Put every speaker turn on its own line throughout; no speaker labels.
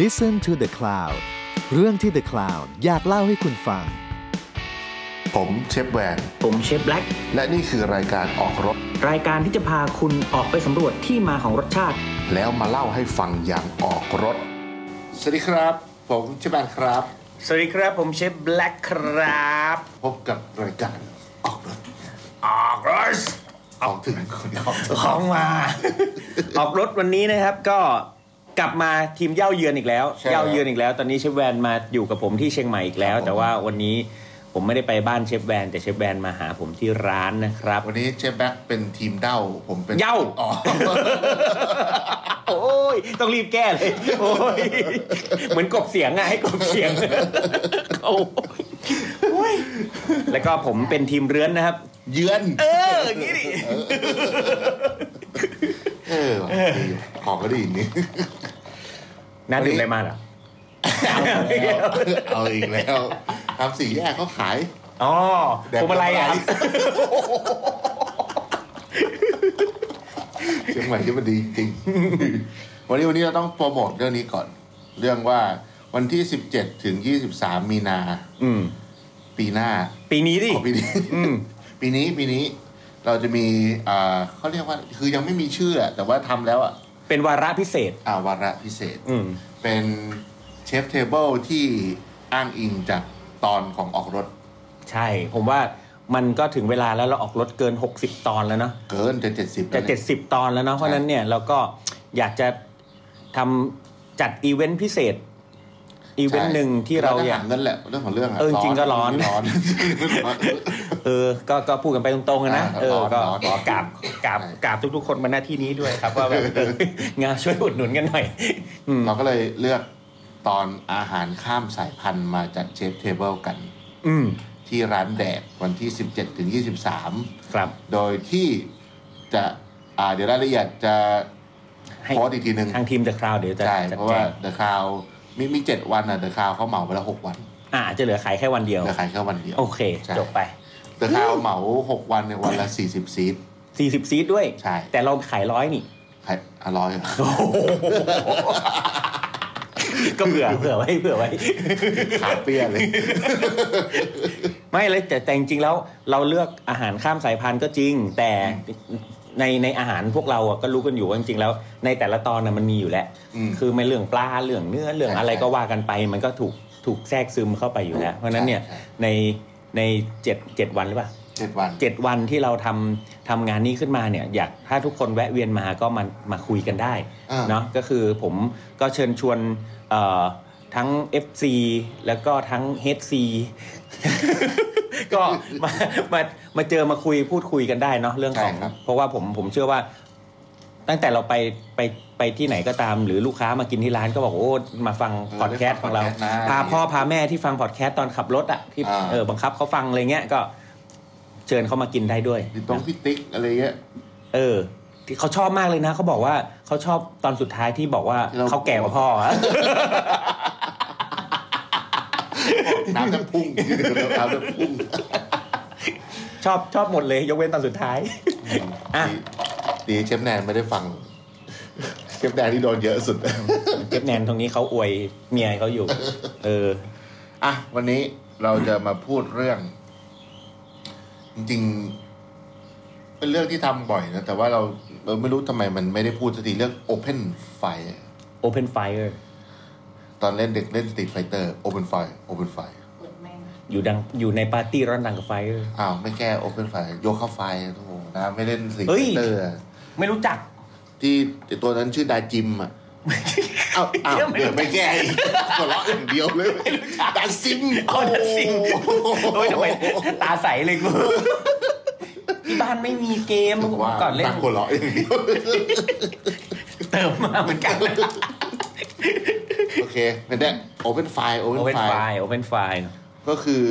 Listen to the Cloud เรื่องที่ The Cloud อยากเล่าให้คุณฟัง
ผมเชฟแวน
ผมเชฟแบล็ก
และนี่คือรายการออกรถ
รายการที่จะพาคุณออกไปสำรวจที่มาของรสชาติ
แล้วมาเล่าให้ฟังอย่างออกรถ สวัสดีครับ ผมเชฟแวนครับ
สวัสดีครับผมเชฟแบล็กครับ
พบกับรายการออกรถ
ออกรถ
ออกถึงคนออกรถ
ของมา ออกรถวันนี้นะครับก็กลับมาทีมเย่าเยือนอีกแล้ว
ใช่
เย่าเยือนอีกแล้ว ตอนนี้เชฟแวนมาอยู่กับผมที่เชียงใหม่อีกแล้ว
ครับผม
แต่ว่าวันนี้ผมไม่ได้ไปบ้านเชฟแวนแต่เชฟแวนมาหาผมที่ร้านนะครับ
วันนี้เชฟแบ็กเป็นทีมเด้า ผมเป็น
เย้า
ออก
โอ้ยต้องรีบแก้เลย โอ้ยเหมือนกบเสียงอะให้กบเสียง โอ้ยโอ้ยแล้วก็ผมเป็นทีมเรือนนะครับ
เยือน
เอออย่างงี้ดิ
เออดีออกก็ดีนี่
น่าดื่มอะไรมาเหรอ
เอาอีกแล้วครับสี่แยกเขาขาย
อ๋อ
แดก
พวงมาลัยอะ
พวงมาลัย
ครับ
เชียงใหม่ที่มันดีจริง วันนี้วันนี้เราต้องโปรโมทเรื่องนี้ก่อน เรื่องว่าวันที่ 17 ถึง 23 มีนา
อืม
ปีหน้า
ปีนี้ดิ
ขอปีนี้
อืม
ปีนี้ปีนี้เราจะมีอ่าเขาเรียกว่าคือยังไม่มีชื่ออะแต่ว่าทำแล้วอะ
เป็นวาระพิเศษ
อ่าวาระพิเศษ
อืม
เป็นเชฟเทเบิลที่อ้างอิงจากตอนของออกรถ
ใช่ ผมว่ามันก็ถึงเวลาแล้วเราออกรถเกิน 60 ตอนแล้วเนาะ
เกินจะ 70
จะ
แล้วนี่ย
เจ็ดสิบตอนแล้วเนาะเพราะฉะนั้นเนี่ยเราก็อยากจะทำจัดอีเวนต์พิเศษ อีเวนต์หนึ่งที่เราอ
อาย
ยาก ก
นั่นแหละเรื่องของเรื่องะ
เออจริงๆก็ร้อน
ร้อน
เออก็ก็พูดกันไปตรงๆอะนะ
อ่า
เออก็
ร้อนร้อน
กราบกราบกราบทุกๆ คนมาหน้าที่นี้ด้วยครับ ว่าแบบเอ องานช่วยอุดหนุนกันหน่อย อืม
เราก็เลยเลือกตอนอาหารข้ามสายพันธุ์มาจัดเชฟเทเบิลกัน
อืม
ที่ร้านแดดวันที่ 17ถึง23
ครับ
โดยที่จะอ่าเดี๋ยวรายละเอียดจะ
ให้
โพสต์อีกทีหนึ่ง
ทางทีมเดอะคราวเดี๋ยวจะ
ใช่
จัด
เพราะ
แจ
ว่าง เดอะค o าวมีมีเจ็ดวันอ่ะเดอะค o าวเขาเหมาไปแล้วหกวัน
อ่าอาจจะเหลือขายแค่วันเดียว
เดอะคาวแค่วันเดียว
โอเค
ใช่
จบไป
เดอะค o าวเหมาหกวันเนี่ยวันละ40ซีท
40 ซีดด้วย
ใช่
แต่เราขายร้อยนี่
ใครอร่อย เหรอ
ก็เผื่อเผื่อไว้เผื่อไว้
ขาเปี้ยเลย
ไม่เลยแต่แต่จริงๆแล้วเราเลือกอาหารข้ามสายพันธุ์ก็จริง แต่ในในอาหารพวกเราอะก็รู้กันอยู่ว่าจริงๆแล้ว ในแต่ละตอนน่ะมันมีอยู่แล้ว
อืม
คือไม่เรื่องปลาเรื่องเนื้อเรื่อง
ใช่
อะไรก็
ใช่
ว่ากันไป มันก็ถูกถูกแทรกซึมเข้าไปอยู่แล้ว เพราะฉะนั้นเนี่ย
ใช่
ในในเจ็ดเจ็ดวันหรือเปล่า
เจ็ดวัน
เจ็ดวันที่เราทำทำงานนี้ขึ้นมาเนี่ยอยากถ้าทุกคนแวะเวียนมาก็มามาคุยกันได้
อ่า
เนาะก็คือผมก็เชิญชวนเอ่อทั้ง FC แล้วก็ทั้ง HC ก็มามามาเจอมาคุยพูดคุยกันได้เนาะเรื่องของ
ใช่ครับ
เพราะว่าผมผมเชื่อว่า ตั้งแต่เราไปไปไปที่ไหนก็ตาม หรือลูกค้ามากินที่ร้านก็บอกโอ้มาฟังพอดแคสต์ของเรา
ได้ฟัง podcast นะ
พาพ่อพาแม่ที่ฟังพอดแคสต์ตอนขับรถอะที่
อ่า
เออบังคับเขาฟังอะไรเงี้ยก็เชิญเขามากินได้ด้วย
พี่ต้องพี่ติ๊กอะไรเงี้ย
เออที่เขาชอบมากเลยนะเขาบอกว่าเขาชอบตอนสุดท้ายที่บอกว่า
เรา
เขาแก่กว่าพ่ออะ
น้ำจะพุ่ง น้ำจะพุ่ง
ชอบชอบหมดเลยยกเว้นตอนสุดท้าย อ่ะ
ดีดีเชฟแนนไม่ได้ฟัง เชฟแนนที่โดนเยอะสุด
เจ็บแนนตรงนี้เขาอวยเมียเขาอยู่ เออ
อ่ะ วันนี้เราจะมาพูดเรื่อง จริงๆเป็นเรื่องที่ทำบ่อยนะ แต่ว่าเราเราไม่รู้ทำไมมันไม่ได้พูดสักทีเรื่อง Open Fire
Open Fire
ตอนเล่นเด็กเล่น Street Fighter Open Fire Open Fire
อยู่ดังอยู่ในปาร์ตี้ร้อนดังกับไฟเออ
อ้าว ไม่แก้ Open Fire โยคะไฟโอ้โหนะไม่เล่น Street
เฮ้ย
Fighter อะ
ไม่รู้จัก
ที่ไอ้ตัวนั้นชื่อดาจิมอ่ะ เอาเอา
เดี๋ยวไม่
เดี๋ยวไม่แก้อีกหัวเราะอย่างเดียวเลยดาซิม
อ๋อดาซิม
โอ้โห
โอ้ยทำไมตาใสเลยกูที่บ้านไม่มีเกม
ผมว่า
ก่อนเล่น
งหัวเราะอย่างเดียว
เติมมาเหมือนกัน
โอเคนั่นแหละโอเพนไฟโอเพน
Open
ไฟ
Fire Open Fire
ก็คือ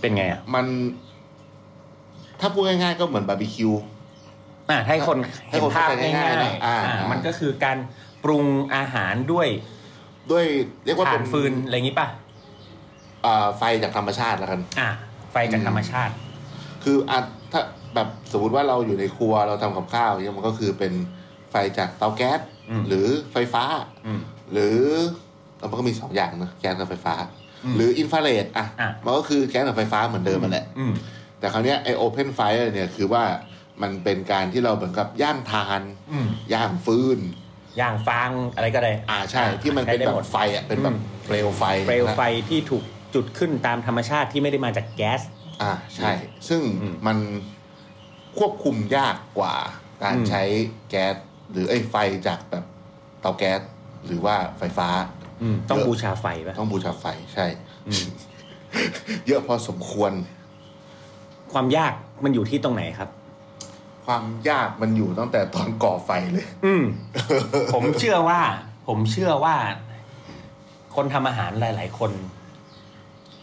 เป็นไงอ่ะ
มัน ถ้าพูดง่ายๆก็เหมือนบาร์บีคิว
อ่ะให้คน
ให้
เห็
ค
น
น
ภาพ
เข้าใจ
ง่า
ง่ายยๆนะ
ๆ
อ่า
อ่ามันก็คือการปรุงอาหารด้วย
ด้วยเรียกว่า
ถ่า
เป็น น
ฟืนอะไรอย่างงี้ป่ะ
อ่าไฟจากธรรมชาติแล้วกัน
อ่ะไฟจากธรรมชาติ
คืออ่ะถ้าแบบสมมติว่าเราอยู่ในครัวเราทำกับข้าวอย่างเนี่ยมันก็คือเป็นไฟจากเตาแก๊ส
อืม
หรือไฟฟ้า
อืม
หรือเอามันก็มีสองอย่างนะแก๊สกับไฟฟ้า หรืออินฟราเรดอ่ะ
อ่ะ
มันก็คือแก๊สกับไฟฟ้าเหมือนเดิมมันแหละ
อืม
แต่คราวเนี้ยไอโอเพนไฟเนี่ยคือว่ามันเป็นการที่เราเหมือนกับย่างทาน
อืม
ย่างฟืน
อย่างฟางอะไรก็ได้
อ่าใช่ ที่มัน
ใช้
เป็น
ได้
แบ
หมด
บไฟอ่ะเป็นแบ
อื
บ
ม
เปลวไฟ
เปลวไฟที่ถูกจุดขึ้นตามธรรมชาติที่ไม่ได้มาจากแก๊ส
อ่าใช่ ซึ่ง
อืม
มันควบคุมยากกว่าการ
อืม
ใช้แก๊สหรือไอยไฟจากแบบเตาแก๊สหรือว่าไฟฟ้า
อืมต้อง
เยอะ
บูชาไฟปะ
ต้องบูชาไฟใช่
อืม
เยอะพอสมควร
ความยากมันอยู่ที่ตรงไหน ครับ
ความยากมันอยู่ตั้งแต่ตอนก่อไฟเลย
อืม ผมเชื่อว่า ผมเชื่อว่า คนทำอาหารหลาย ๆ คน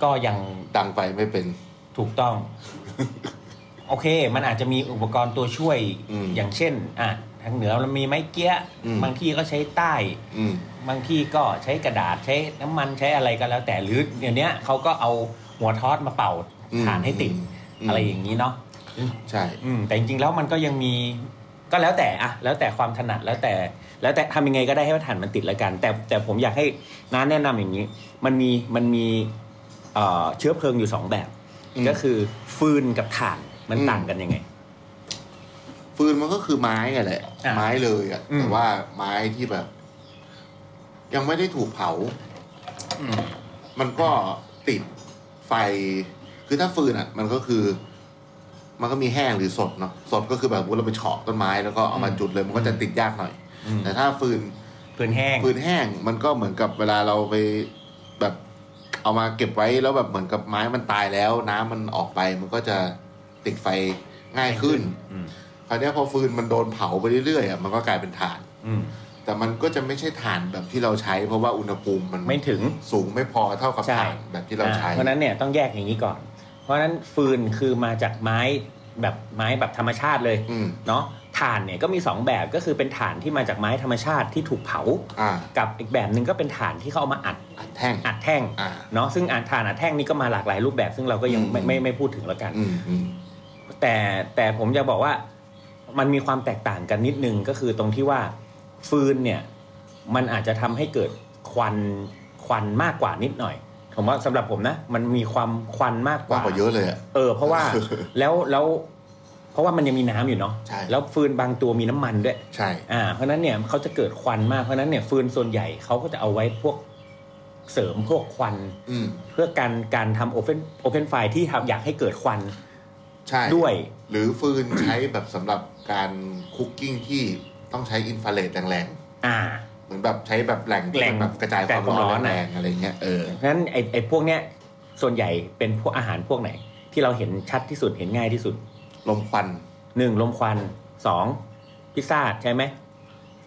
ก็ยัง
ดังไฟไม่เป็น
ถูกต้อง โอเค มันอาจจะมีอุปกรณ์ตัวช่วย
อืม
อย่างเช่น อ่ะทางเหนือมันมีไม้เกี้ย
อืม
บางที่ก็ใช้ใต้
อืม
บางที่ก็ใช้กระดาษใช้น้ำมันใช้อะไรก็แล้วแต่หรือเดี๋ยวนี้เขาก็เอาหัวทอดมาเป่า
อืม
ฐานให้ติด
อืม
อะไรอย่างนี้เนาะ
ใช่
อืมแต่จริงๆแล้วมันก็ยังมีก็แล้วแต่อะแล้วแต่ความถนัดแล้วแต่ แล้วแต่ทำยังไงก็ได้ให้ฐานมันติดแล้วกัน แต่แต่ผมอยากให้น้าแนะนำอย่างนี้ มันมีมันมีเอ่อเชื้อเพลิงอยู่สองแบบ
อืม
ก็คือฟืนกับถ่านมัน
อืม
ต่างกันยังไง
ฟืนมันก็คือไม้อะแหละ
อ่ะ
ไม้เลยอะ
อืม
แต่ว่าไม้ที่แบบ ยังไม่ได้ถูกเผา
อืม
มันก็ติดไฟ คือถ้าฟืนอ่ะ มันก็คือ มันก็มีแห้งหรือสดเนาะ สดก็คือแบบว่าเราไปเฉาะต้นไม้แล้วก็เอามา
อืม
จุดเลย มันก็จะติดยากหน่อย
อืม
แต่ถ้าฟืน
ฟืนแห้ง
ฟืนแห้งมันก็เหมือนกับเวลาเราไปแบบเอามาเก็บไว้แล้วแบบเหมือนกับไม้มันตายแล้ว น้ำมันออกไปมันก็จะติดไฟง่ายขึ้น
อืม
คราวเนี้ยพอฟืนมันโดนเผาไปเรื่อยๆอ่ะมันก็กลายเป็นถ่าน
อืม
แต่มันก็จะไม่ใช่ถ่านแบบที่เราใช้ เพราะว่าอุณหภูมิมัน
ไม่ถึง
สูงไม่พอเท่ากับ
ใช่
ถ่านแบบที่เราใช้
อ่เพราะฉะนั้นเนี่ยต้องแยกอย่างนี้ก่อน เพราะฉะนั้นฟืนคือมาจากไม้แบบไม้แบบธรรมชาติเลย
อืม
เนาะถ่านเนี่ยก็มีสองแบบก็คือเป็นถ่านที่มาจากไม้ธรรมชาติที่ถูกเผา
อ่า
กับอีกแบบหนึ่งก็เป็นถ่านที่เขาเอามาอัด
อัดแท่ง
อัดแท่ง
อ่า
เนาะซึ่งอัดถ่านอัดแท่งนี่ก็มาหลากหลายรูปแบบ ซึ่งเราก็ยัง
อืม
ไม่ไม่ไม่พูดถึงแล้วกัน
อืมอืม
แต่แต่ผมจะบอกว่ามันมีความแตกต่างกันนิดนึงก็คือตรงที่ว่าฟืนเนี่ยมันอาจจะทำให้เกิดควันควันมากกว่านิดหน่อยผมว่าสำหรับผมนะ มันมีความควันมากก
มา
ว่าก
กว่าเยอะเลยอ่ะ
เออเพราะว่า แล้วแล้วเพราะว่ามันยังมีน้ำอยู่เนาะ
ใช่
แล้วฟืนบางตัวมีน้ำมันด้วย
ใช่
อ่าเพราะฉะนั้นเนี่ยเขาจะเกิดควันมากเพราะฉะนั้นเนี่ยฟืนส่วนใหญ่เขาก็จะเอาไว้พวกเสริมพวกควัน
อืม
เพื่อการการทำโอเพนโอเพนไฟที่ทำอยากให้เกิดควัน
ใช่
ด้วย
หรือฟืนใช้แบบสำหรับการคุกกิ้งที่ต้องใช้อินฟราเรดแรงๆ
อ่า
เหมือนแบบใช้แบบแหล่งที่
แหล่ง
มันแบบกระจายความร้อน
แห
แร
ล่
ง งอะไรเงี้ยเออ
เพราะฉะนั้นไอ้ไอ้พวกเนี้ยส่วนใหญ่เป็นพวกอาหารพวกไหน ที่เราเห็นชัดที่สุดเห็นง่ายที่สุด
ลมควัน
หนึ่งลมควันสองพิซซ่าใช่ไหม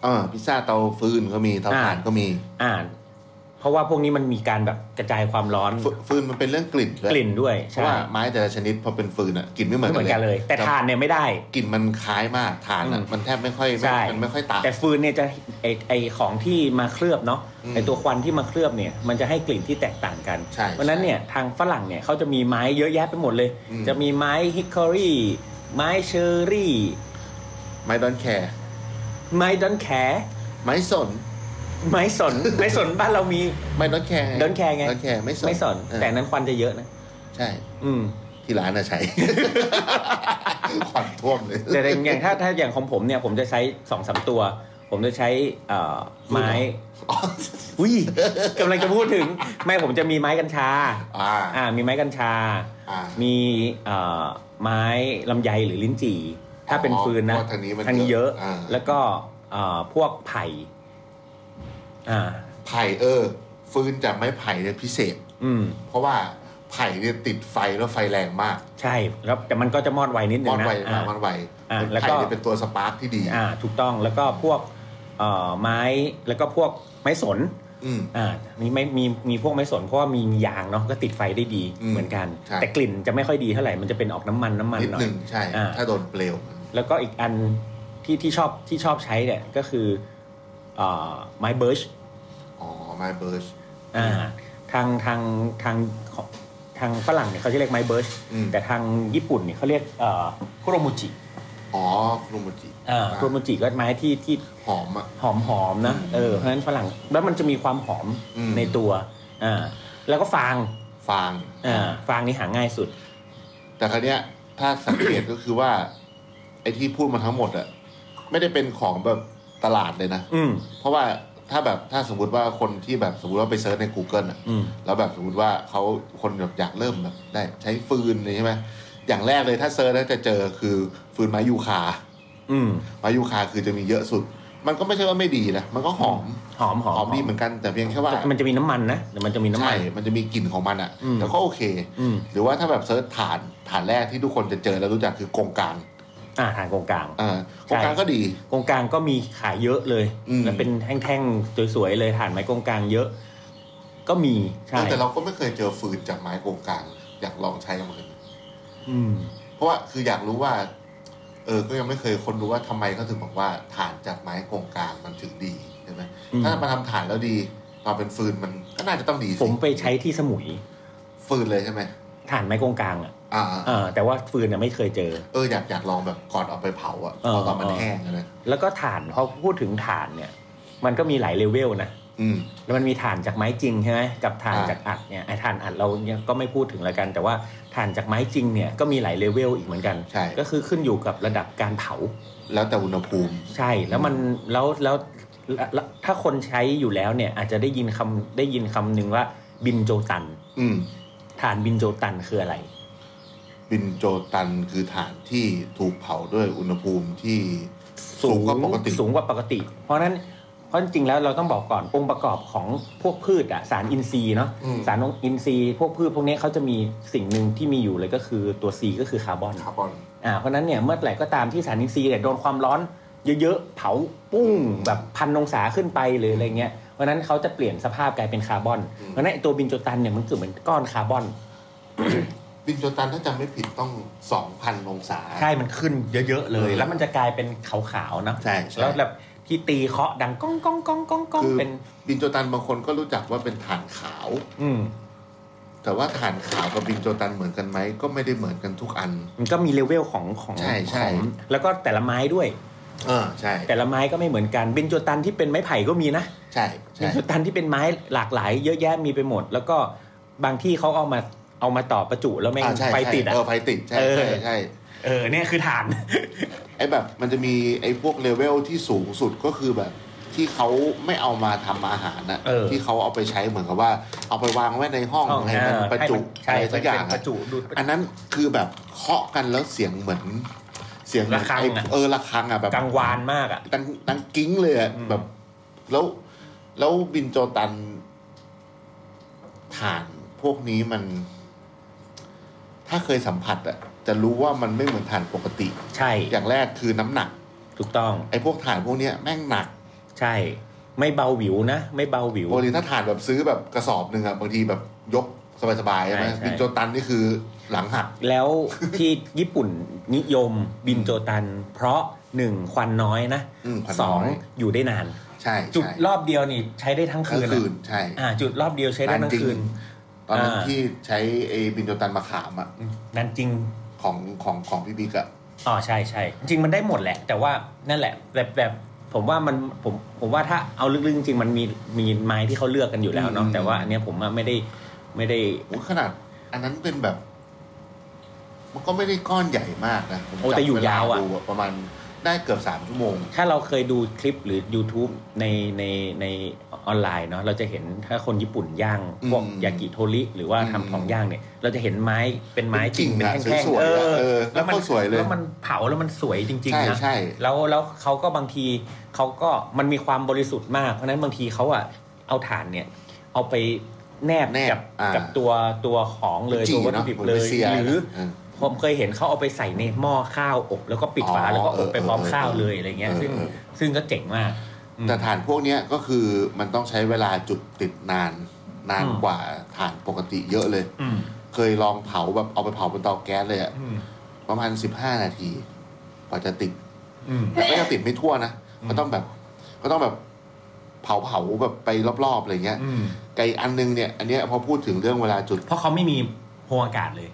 เออพิซซ่าเตาฟืนก็มีเตาถ่าน
อ่า
ก็มี
อ่าเพราะว่าพวกนี้มันมีการแบบกระจายความร้อน
ฟืฟืนมันเป็นเรื่องกลิ่นด้วย
กลิ่นด้วย
เพราะ
ใช่
ว่าไม้แต่ละชนิดพอเป็นฟืนอ่ะกลิ่นไม่เหมื
ไม่เหมือนกันเลย แต่ถ่านเนี่ยไม่ได้
กลิ่นมันคล้ายมากถ่านอ่ะ
อืม
มันแทบไม่ค่อย
ใช่
ไม่มันไม่ค่อยต่าง
แต่ฟืนเนี่ยจะไอไอของที่มาเคลือบเนาะ
อืม
ไอตัวควันที่มาเคลือบเนี่ย มันจะให้กลิ่นที่แตกต่างกัน
ใช่
เพราะฉะนั้นเนี่ยทางฝรั่งเนี่ยเขาจะมีไม้เยอะแยะไปหมดเลย
อืม
จะมีไม้ฮิคคอรี่ไม้เชอรี่
ไม้ดอนแคร์
ไม้ดอนแคร์
ไม้สน
ไม้สน ไม้สนบ้านเรามี
ไม้ดอนแคร์
ดอนแคร์ไง
ดอนแคร์ไม่สน
ไม่สน
เออ
แต่นั้นควันจะเยอะนะ
ใช่
อืม
ที่ร้าน อะใช้ ควันท่วมเลย
แต่อย่างถ้าถ้าอย่างของผมเนี่ย ผมจะใช้สองสามตัว ผมจะใช้เอ่อไม้อุ้ยกำลังจะพูดถึง ไม่ผมจะมีไม้กัญชา
อ่า
อ่า มีไม้กัญชา
อ่า
มีเอ่อไม้ลำไยหรือลิ้นจี่ ถ้าเป็น
อ๋อ
ฟืนนะ
เพราะทางนี้มัน
เยอะ
เยอะอ่า
แล้วก็เอ่อพวกไผ่อ่า
ไผ่เออ ฟืนจากไม้ไผ่เนี่ยพิเศษ
อืม
เพราะว่าไผ่เนี่ยติดไฟแล้วไฟแรงมาก
ใช่แล้วแต่มันก็จะมอดไวนิดนึ
ม
ง
อด
นะ
ไว
อ่า
มอดไว
อ่ะ
เป็น
แล้วก็
ไผ่เนี่ยเป็นตัวสปาร์คที่ดี
อ่าถูกต้องแล้วก็พวกเอ่อไม้แล้วก็พวกไม้สน
อืม
อ่ามีไม้มีมีพวกไม้สนเพราะว่ามียางเนาะก็ติดไฟได้ดี
อืม
เหมือนกัน
ใช่
แต่กลิ่นจะไม่ค่อยดีเท่าไหร่มันจะเป็นออกน้ำมันน้ำมัน
นิด
หน่อ
ห
ย
นึ่งใช่
อ่ะ
ถ้าโดนเปลว
แล้วก็อีกอันที่ที่ชอบที่ชอบใช้เนี่ยก็คือเอ่อไม้เบิร์ช
อ๋อไม้เบิร์ช
อ่าทางทางทางของทางฝรั่งเนี่ยเขาจะเรียกไม้เบิร์ช
อืม
แต่ทางญี่ปุ่นเนี่ยเขาเรียกเอ่อคุโรมุจิ
อ๋อโครโมจิ
อ่าโครโมจิก็ไม้ที่ที่
หอมอ่ะ
หอมหอมๆนะเออเพราะฉะนั้นฝรั่งแล้วมันจะมีความหอม
อืม
ในตัวอ่าแล้วก็ฟาง
ฟาง
อ่าฟางนี่หาง่ายสุด
แต่ครั้เนี้ยถ้าสังเกต ก็คือว่า ไอ้ที่พูดมาทั้งหมดอะไม่ได้เป็นของแบบตลาดเลยนะ
อืม
เพราะว่าถ้าแบบถ้าสมมติว่าคนที่แบบสมมติว่าไปเซิร์ชใน Google อะ
อืม
แล้วแบบสมมติว่าเขาคนแบบอยากเริ่มแบบได้ใช้ฟืนเลยใช่ไหมอย่างแรกเลยถ้าเซิร์ชแล้วจะเจอคือฟืนไม้ยูคา
อืม
ไม้ยูคาคือจะมีเยอะสุด มันก็ไม่ใช่ว่าไม่ดีนะมันก็หอม
หอมห
ห
อม
อมดีเหมือนกันแต่เพียงแค่ว่า
มันจะมีน้ำมันนะเดี๋ยวมันจะมีน้ำมั
ใช่
น
มันจะมีกลิ่นของมันอะ
อืม
แต่ก็โอเค
อืม
หรือว่าถ้าแบบเซิร์ชฐานฐานแรกที่ทุกคนจะเจอแล้วรู้จักคือกงกลาง
อ่าทางกงกลาง
อ่าโครงการก็ดี
กงกลางก็มีขายเยอะเลย
อืม
แล้วเป็นแท่งๆสวยๆเลยถ่านไม้กงกลางเยอะ ก็มีใช่
เออแต่เราก็ไม่เคยเจอฟืนจากไม้โครงการอยากลองใช้เหมือนกัน
อืม
เพราะว่าคืออยากรู้ว่า เออ ก็ยังไม่เคยคนรู้ว่าทำไมเขาถึงบอกว่าฐานจากไม้โครงการมันถึงดีใช่ไหม
อืม
ถ้ามาทำฐานแล้วดีตอนเป็นฟืนมันก็น่าจะต้องดีสิ
ผมไปใช้ที่สมุย
ฟืนเลยใช่ไหม
ถ่านไม้กงกลางอ่ะ
อ่า
เออแต่ว่าฟืนน่ะไม่เคยเจอ
เอออยากอยากลองแบบก่อนเอาไปเผาอะ
เออ
พอตอนมันแห้งอะนะ
แล้วก็ถ่านพอพูดถึงถ่านเนี่ย มันก็มีหลายเลเวลนะ
อืม
แล้วมันมีถ่านจากไม้จริงใช่ไหมกับถ่าน
อ่า
จากอัดเนี่ยไอ้ถ่านอัดเราเนี่ยก็ไม่พูดถึงแล้วกัน แต่ว่าถ่านจากไม้จริงเนี่ยก็มีหลายเลเวลอีกเหมือนกัน
ใช่
ก็คือขึ้นอยู่กับระดับการเผา
แล้วแต่อุณหภูมิ
ใช่แล้วมันแล้วแล้วแล้วแล้วถ้าคนใช้อยู่แล้วเนี่ย อาจจะได้ยินคำได้ยินคำหนึงว่าบินโจตัน
อืม
ฐานบินโจตันคืออะไร
บินโจตันคือฐานที่ถูกเผาด้วยอุณหภูมิที่สูงกว่าปกติ
สูงกว่าปกติ เพราะฉะนั้นเพราะจริงๆแล้วเราต้องบอกก่อนองค์ประกอบของพวกพืชอะสารอินทรีย์เนาะ
อืม
สารอินทรีย์พวกพืชพวกนี้เขาจะมีสิ่งหนึ่งที่มีอยู่เลยก็คือตัว C ก็คือคาร์บอน
คาร์บอน
อ่าเพราะฉะนั้นเนี่ยเมื่อไหร่ก็ตามที่สารอินทรีย์เนี่ยโดนความร้อนเยอะๆเผาปุ้งแบบพันองศาขึ้นไปหรืออะไรเงี้ยเพราะฉะนั้นเขาจะเปลี่ยนสภาพกลายเป็นคาร์บอน
อืม
เพราะฉะนั้นไอ้ตัวบินโจตันเนี่ยมันคือเหมือนก้อนคาร์บอน
บินโจตันถ้าจำไม่ผิดต้อง 2,000 องศา
ใช่มันขึ้นเยอะๆเลย แล้วมันจะกลายเป็นขาวๆนะ
ใช่ใช่
แล้วแบบที่ตีเคาะดังก้องก้องก้องก้องก้อง
คือ
เป็น
บินโจตันบางคนก็รู้จักว่าเป็นฐานขาว
อืม
แต่ว่าฐานขาวกับบินโจตันเหมือนกันไหม ก็ไม่ได้เหมือนกันทุกอัน
มันก็มีเลเวลของของ
ใช่ใช่
ของแล้วก็แต่ละไม้ด้วย
เออใช่
แต่ละไม้ก็ไม่เหมือนกันเบนโจตันที่เป็นไม้ไผ่ก็มีนะ
ใช่
เบ
ใช่
นโจตันที่เป็นไม้หลากหลาย เยอะแยะมีไปหมด แล้วก็บางที่เขาเอามาเอามาต่อประจุแล้วแม่ง
อ่าใช่
ไฟติด
ใช่
อ่ะ
เออไฟติด ใช่
เออ
ใช่ใช่
เออเนี่ยคือฐาน
ไอ้แบบมันจะมีไอ้พวกเลเวลที่สูงสุดก็คือแบบ ที่เขาไม่เอามาทำอาหารนะ
เออ
ที่เขาเอาไปใช้เหมือนกับว่า เอาไปวางไว้ในห้องให้มันประจุ
ใช่
อะไรสักอย่าง
ป
อะ
ระจุดูด
อันนั้นคือแบบเคาะกันแล้วเสียงเหมือน เสียงเหมือน
ระฆัง
ไอ้
อะ
เออระฆังอ่ะแบบ
กังวานมากอ่ะ
ดังดังกิ้งเลยอะ
อืม
แบบ แล้ว แล้วบินโจตันฐานพวกนี้มัน ถ้าเคยสัมผัสอ่ะ จะรู้ว่ามันไม่เหมือนฐานปกติ
ใช่
อย่างแรกคือน้ำหนัก
ถูกต้อง
ไอ้พวกฐานพวกเนี้ยแม่งหนัก
ใช่ ไม่เบาหวิวนะ ไม่เบาหวิว
ปกติถ้าฐานแบบซื้อแบบกระสอบหนึ่งอ่ะบางทีแบบยกสบายๆใช่ไหม
ใช่ใช่
บินโจตันนี่คือหลังหัก
แล้วที่ญี่ปุ่นนิยมบินโจตัน เพราะหนึ่งควันน้อยนะ
อืมควัน
ส
น้
อ
อง ย
อยู่ได้นาน
ใช่
จุด
ใช่
รอบเดียวนี่ใช้ได้ทั้งคืน
คืน
อะ
ใช่
อ่า จุดรอบเดียวใช้ได้ทั้งคืน
ตอนนั้น
อ่า
ที่ใช้ไอ้บินโดตันมาขามอะ
นั่นจริง
ของของของพี่บิ๊กอะ
อ๋อใช่ใช่จริงมันได้หมดแหละ แต่ว่านั่นแหละแบบแบบผมว่ามันผมผมว่าถ้าเอาลึกๆจริงมันมีมีไม้ที่เขาเลือกกันอยู่แล้วเนาะแต่ว่าอันเนี้ยผมว่าไม่ได้ไม่ได้
โอ้ยขนาด อันนั้นเป็นแบบ มันก็ไม่ได้ก้อนใหญ่มากนะผม
โอ้แต่
จำ
อ
เวย
ยู่าวอะ
ดูประมาณได้เกือบสามชั่วโมง
ถ้าเราเคยดูคลิปหรือ YouTube ในในในออนไลน์เนาะเราจะเห็นถ้าคนญี่ปุ่นย่าง
อืม
พวกยากิโทริหรือว่าทำ
อืม
ของย่างเนี่ย เราจะเห็นไม้เป็นไม้จริง
เป็
เป็น
นกิ่งอะ
แท่ง
สว
ๆ
ยๆอะเออ
แล้วมั
แล้
น
วก็สวยเลย
แล้วมันเผาแล้วมันสวยจริง
ใช่
ๆนะ
ใช่
แล้วแล้วเขาก็บางทีเขาก็มันมีความบริสุทธิ์มาก เพราะฉะนั้นบางทีเขาอะเอาฐานเนี่ย เอาไปแนบ
แน
กั
บบ อ่า
กับตัวตัวของเลย
จี
ตัววัตถุ
เนาะ
ดิบ
หมือน
เลย
ไปสี
หรือ
ะ
ผมเคยเห็นเขาเอาไปใส่ในหม้อข้าวอบแล้วก็ปิดฝา
อ๋อ
แล้วก็อบไป
เออ
พร้อม
เออ
ข้าวเลยอะไรเงี้ย
เออ
ซึ่ง
เออ
ซึ่งก็เจ๋งมากอืม
แต่ฐานพวกเนี้ยก็คือมันต้องใช้เวลาจุดติดนาน นาน
อืม
กว่าฐานปกติเยอะเลย
อืม
เคยลองเผาแบบเอาไปเผาบนเตาแก๊สเลยอะ
อืม
ประมาณสิบห้านาทีกว่าจะติด
อืม
แต่ก็ยังติดไม่ทั่วนะ
อืม
ก็ต้องแบบ ก็ต้องแบบเผาเผาๆแบบไปรอบๆอะไรเงี้ย
อืม
ไกลอันนึงเนี่ย อันเนี้ยพอพูดถึงเรื่องเวลาจุด
เพราะเขาไม่มีโพรงอากาศเลย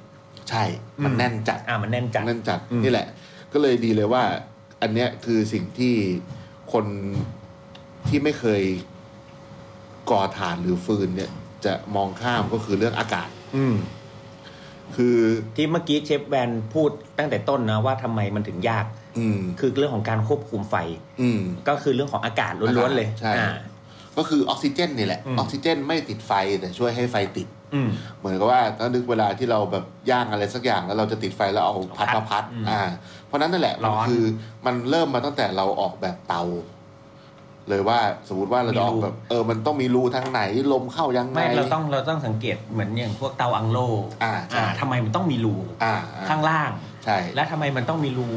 ใช่ มัน
อืม
แน่นจัด
อ่ามันแน่นจัด
แน่นจัด
อืม
นี่แหละ ก็เลยดีเลยว่า อันเนี้ยคือสิ่งที่คนที่ไม่เคยก่อฐานหรือฟืนเนี่ย จะมองข้ามก็คือเรื่องอากาศ
อืม
คือ
ที่เมื่อกี้เชฟแวนพูดตั้งแต่ต้นนะว่าทำไมมันถึงยาก
อืม
คือเรื่องของการควบคุมไฟ
อืม
ก็คือเรื่องของอากาศล้วนๆเลย
ใช่
อ่า
ก็คือออกซิเจนนี่แหละ
อืม
ออกซิเจนไม่ติดไฟแต่ช่วยให้ไฟติด
อืม
เหมือนกับว่าถ้านึกเวลาที่เราแบบย่างอะไรสักอย่างแล้วเราจะติดไฟแล้วเอาพัดมาพัด
อืม
อ่า เพราะฉะนั้นนั่นแหละ
ร้
มั
อน น
คือมันเริ่มมาตั้งแต่เราออกแบบเตา เลยว่าสมมติว่าเราจะออก
มีรู
แบบ เออ มันต้องมีรูทางไหนลมเข้ายังไง
ไม่เราต้องเราต้องสังเกตเหมือนอย่างพวกเตาอังโล
อ่าใช่
ทำไมมันต้องมีรู
อ่า
ข้างล่าง
ใช่
และทำไมมันต้องมีรู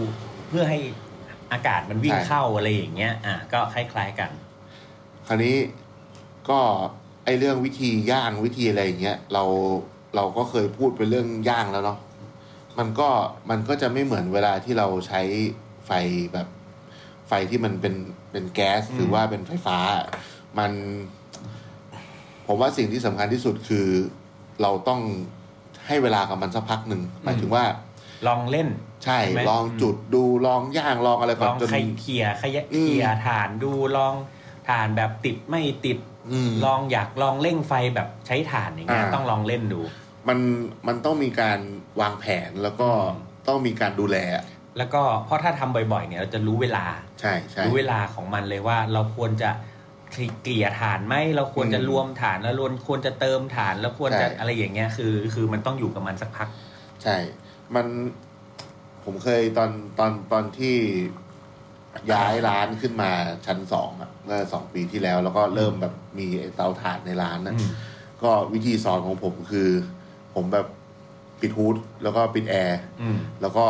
เพื่อให้อากาศมันวิ่ง
ใช่
เข้าอะไรอย่างเงี้ย อ่า ก็คล้ายๆกัน
คราวนี้ก็ไอเรื่องวิธีย่างวิธีอะไรอย่างเงี้ยเราเราก็เคยพูดไปเรื่องย่างแล้วเนาะมันก็มันก็จะไม่เหมือนเวลาที่เราใช้ไฟแบบไฟที่มันเป็นเป็นแก๊สหรือว่าเป็นไฟฟ้า มัน ผมว่าสิ่งที่สำคัญที่สุดคือเราต้องให้เวลากับมันสักพักหนึ่งหมายถึงว่า
ลองเล่น
ใช่
ใช่ไหม
ลองจุดดูลองย่างลองอะไร
ล
ก่อ
อน ง
จน
ขยเคียขยะ
อืม
เคียฐานดูลองฐานแบบติดไม่ติด
อืม
ลองอยากลองเร่งไฟแบบใช้ฐานอย่างเงี้ย
อ่า
ต้องลองเล่นดู
มันมันต้องมีการวางแผนแล้วก็
อืม
ต้องมีการดูแล
แล้วก็เพราะถ้าทำบ่อยๆเนี่ยเราจะรู้เวลา
ใช่ใช่
รู้เวลาของมันเลยว่าเราควรจะเกลี่ยฐานไหมเราควรจะ
อืม
รวมฐานแล้วรวมควรจะเติมฐานแล้วควรจะ
ใช่
อะไรอย่างเงี้ยคือ คือมันต้องอยู่กับมันสักพัก
ใช่ มันผมเคยตอนตอนตอนที่ย้ายร้านขึ้นมาชั้นสองอะเมื่อสองปีที่แล้ว แล้วก็เริ่มแบบมีไอ้เตาถ่านในร้านนะ
อืม
ก็วิธีสอนของผมคือ ผมแบบปิดฮูดแล้วก็ปิดแอร์
อืม
แล้วก็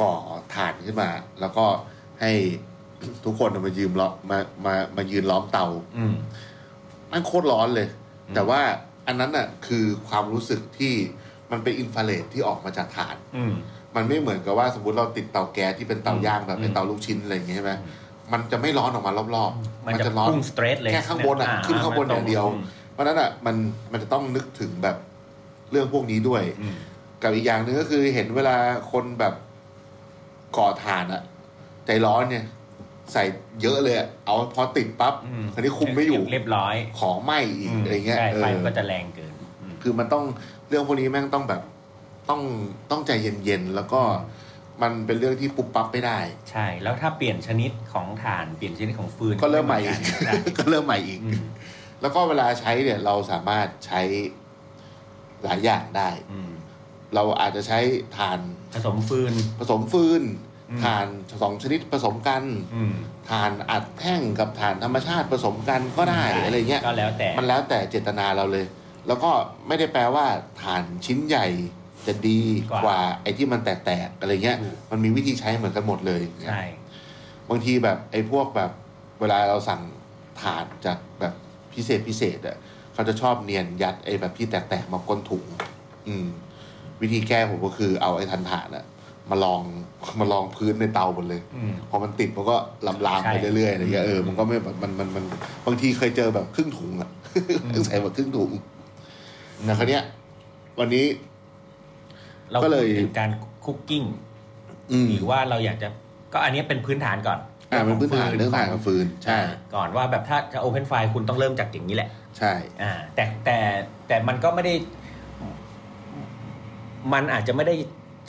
ก่อฐานขึ้นมา แล้วก็ให้ ทุกคนมายืมล้อมมามามายืนล้อมเตา
อืม
มันโคตรร้อนเลย
อืม
แต่ว่าอันนั้นน่ะคือความรู้สึกที่มันเป็นอินฟราเรดที่ออกมาจากฐาน
อืม
มันไม่เหมือนกับว่าสมมติเราติดเตาแก๊สที่เป็นเตาย่างแบบ
อืม
เป็นเตาลูกชิ้นอะไรอย่างเงี้ยใช่ไหมมันจะไม่ร้อนออกมารอบๆ
มันจะ
ร้อน
พุ่งสเตรทเลย
แค่ข้างบนอะขึ้นข้างบนอย่างเดียว เพราะฉะนั้นอ่ะมันมันจะต้องนึกถึงแบบเรื่องพวกนี้ด้วย
อืม
กับอีกอย่างหนึ่งก็คือเห็นเวลาคนแบบก่อฐานอะใจร้อนเนี่ย ใส่เยอะเลยอะเอาพอติดปั๊บ
อืม
คันนี้คุมไม่อยู่
เก็บเรียบร้อย
ของไหม้อีก
ม
อะไรเงี้ย
ใช่
เอ
ไฟ
อ
มันก็จะแรงเกินอืม
คือมันต้องเรื่องพวกนี้แม่งต้องแบบต้องต้องใจเย็นๆ แล้วก็มันเป็นเรื่องที่ปุ๊บปั๊บไม่ได้
ใช่ แล้วถ้าเปลี่ยนชนิดของถ่านเปลี่ยนชนิดของฟืน
ก็เริ่มใหม่
ไ
อีก
เหนกัน
ก็เริ่มใหม่อีก
อืม
แล้วก็เวลาใช้เนี่ยเราสามารถใช้หลายอย่างได้
อืม
เราอาจจะใช้ถ่าน
ผสมฟืน
ผสมฟืน
อืม
ถ่านสองชนิดผสมกัน
อืม
ถ่านอัดแท่งกับถ่านธรรมชาติผสมกันก็ได้อะไรเงี้ย
ก็แล้วแต่
มันแล้วแต่เจตนาเราเลย แล้วก็ไม่ได้แปลว่าฐานชิ้นใหญ่จะดีกว่าไอ้ที่มันแตกๆอะไรเงี้ย มันมีวิธีใช้เหมือนกันหมดเลย
ใช่
บางทีแบบไอ้พวกแบบเวลาเราสั่งฐานจากแบบพิเศษพิเศษอ่ะเขาจะชอบเนียนยัดไอ้แบบที่แตกๆมาก้นถุง อืม วิธีแก้ผมก็คือเอาไอ้ทันฐานอ่ะมาลอง มาลองพื้นในเตาหมดเลย
อืม
พอมันติดมันก็ลำลาม
ใช่
ไปเรื่อยๆอะไรเงี้ยเออมันก็ไม่แบบมันมันมันบางทีเคยเจอแบบครึ่งถุงอะ
อืม
ใส่แบบครึ่งถุงแต่คราวเนี้ย วันนี้
เรา
ก็เลย
พูดถึงการคุกกิ้ง
อืม
หรือว่าเราอยากจะก็อันนี้เป็นพื้นฐานก่อน
อ่าเป็นพื้นฐานเรื่องถ่านกับฟืน ใช่
ก่อนว่าแบบถ้าจะโอเพนไฟคุณต้องเริ่มจากอย่างนี้แหละ
ใช่
อ่าแต่แต่แต่มันก็ไม่ได้ มันอาจจะไม่ได้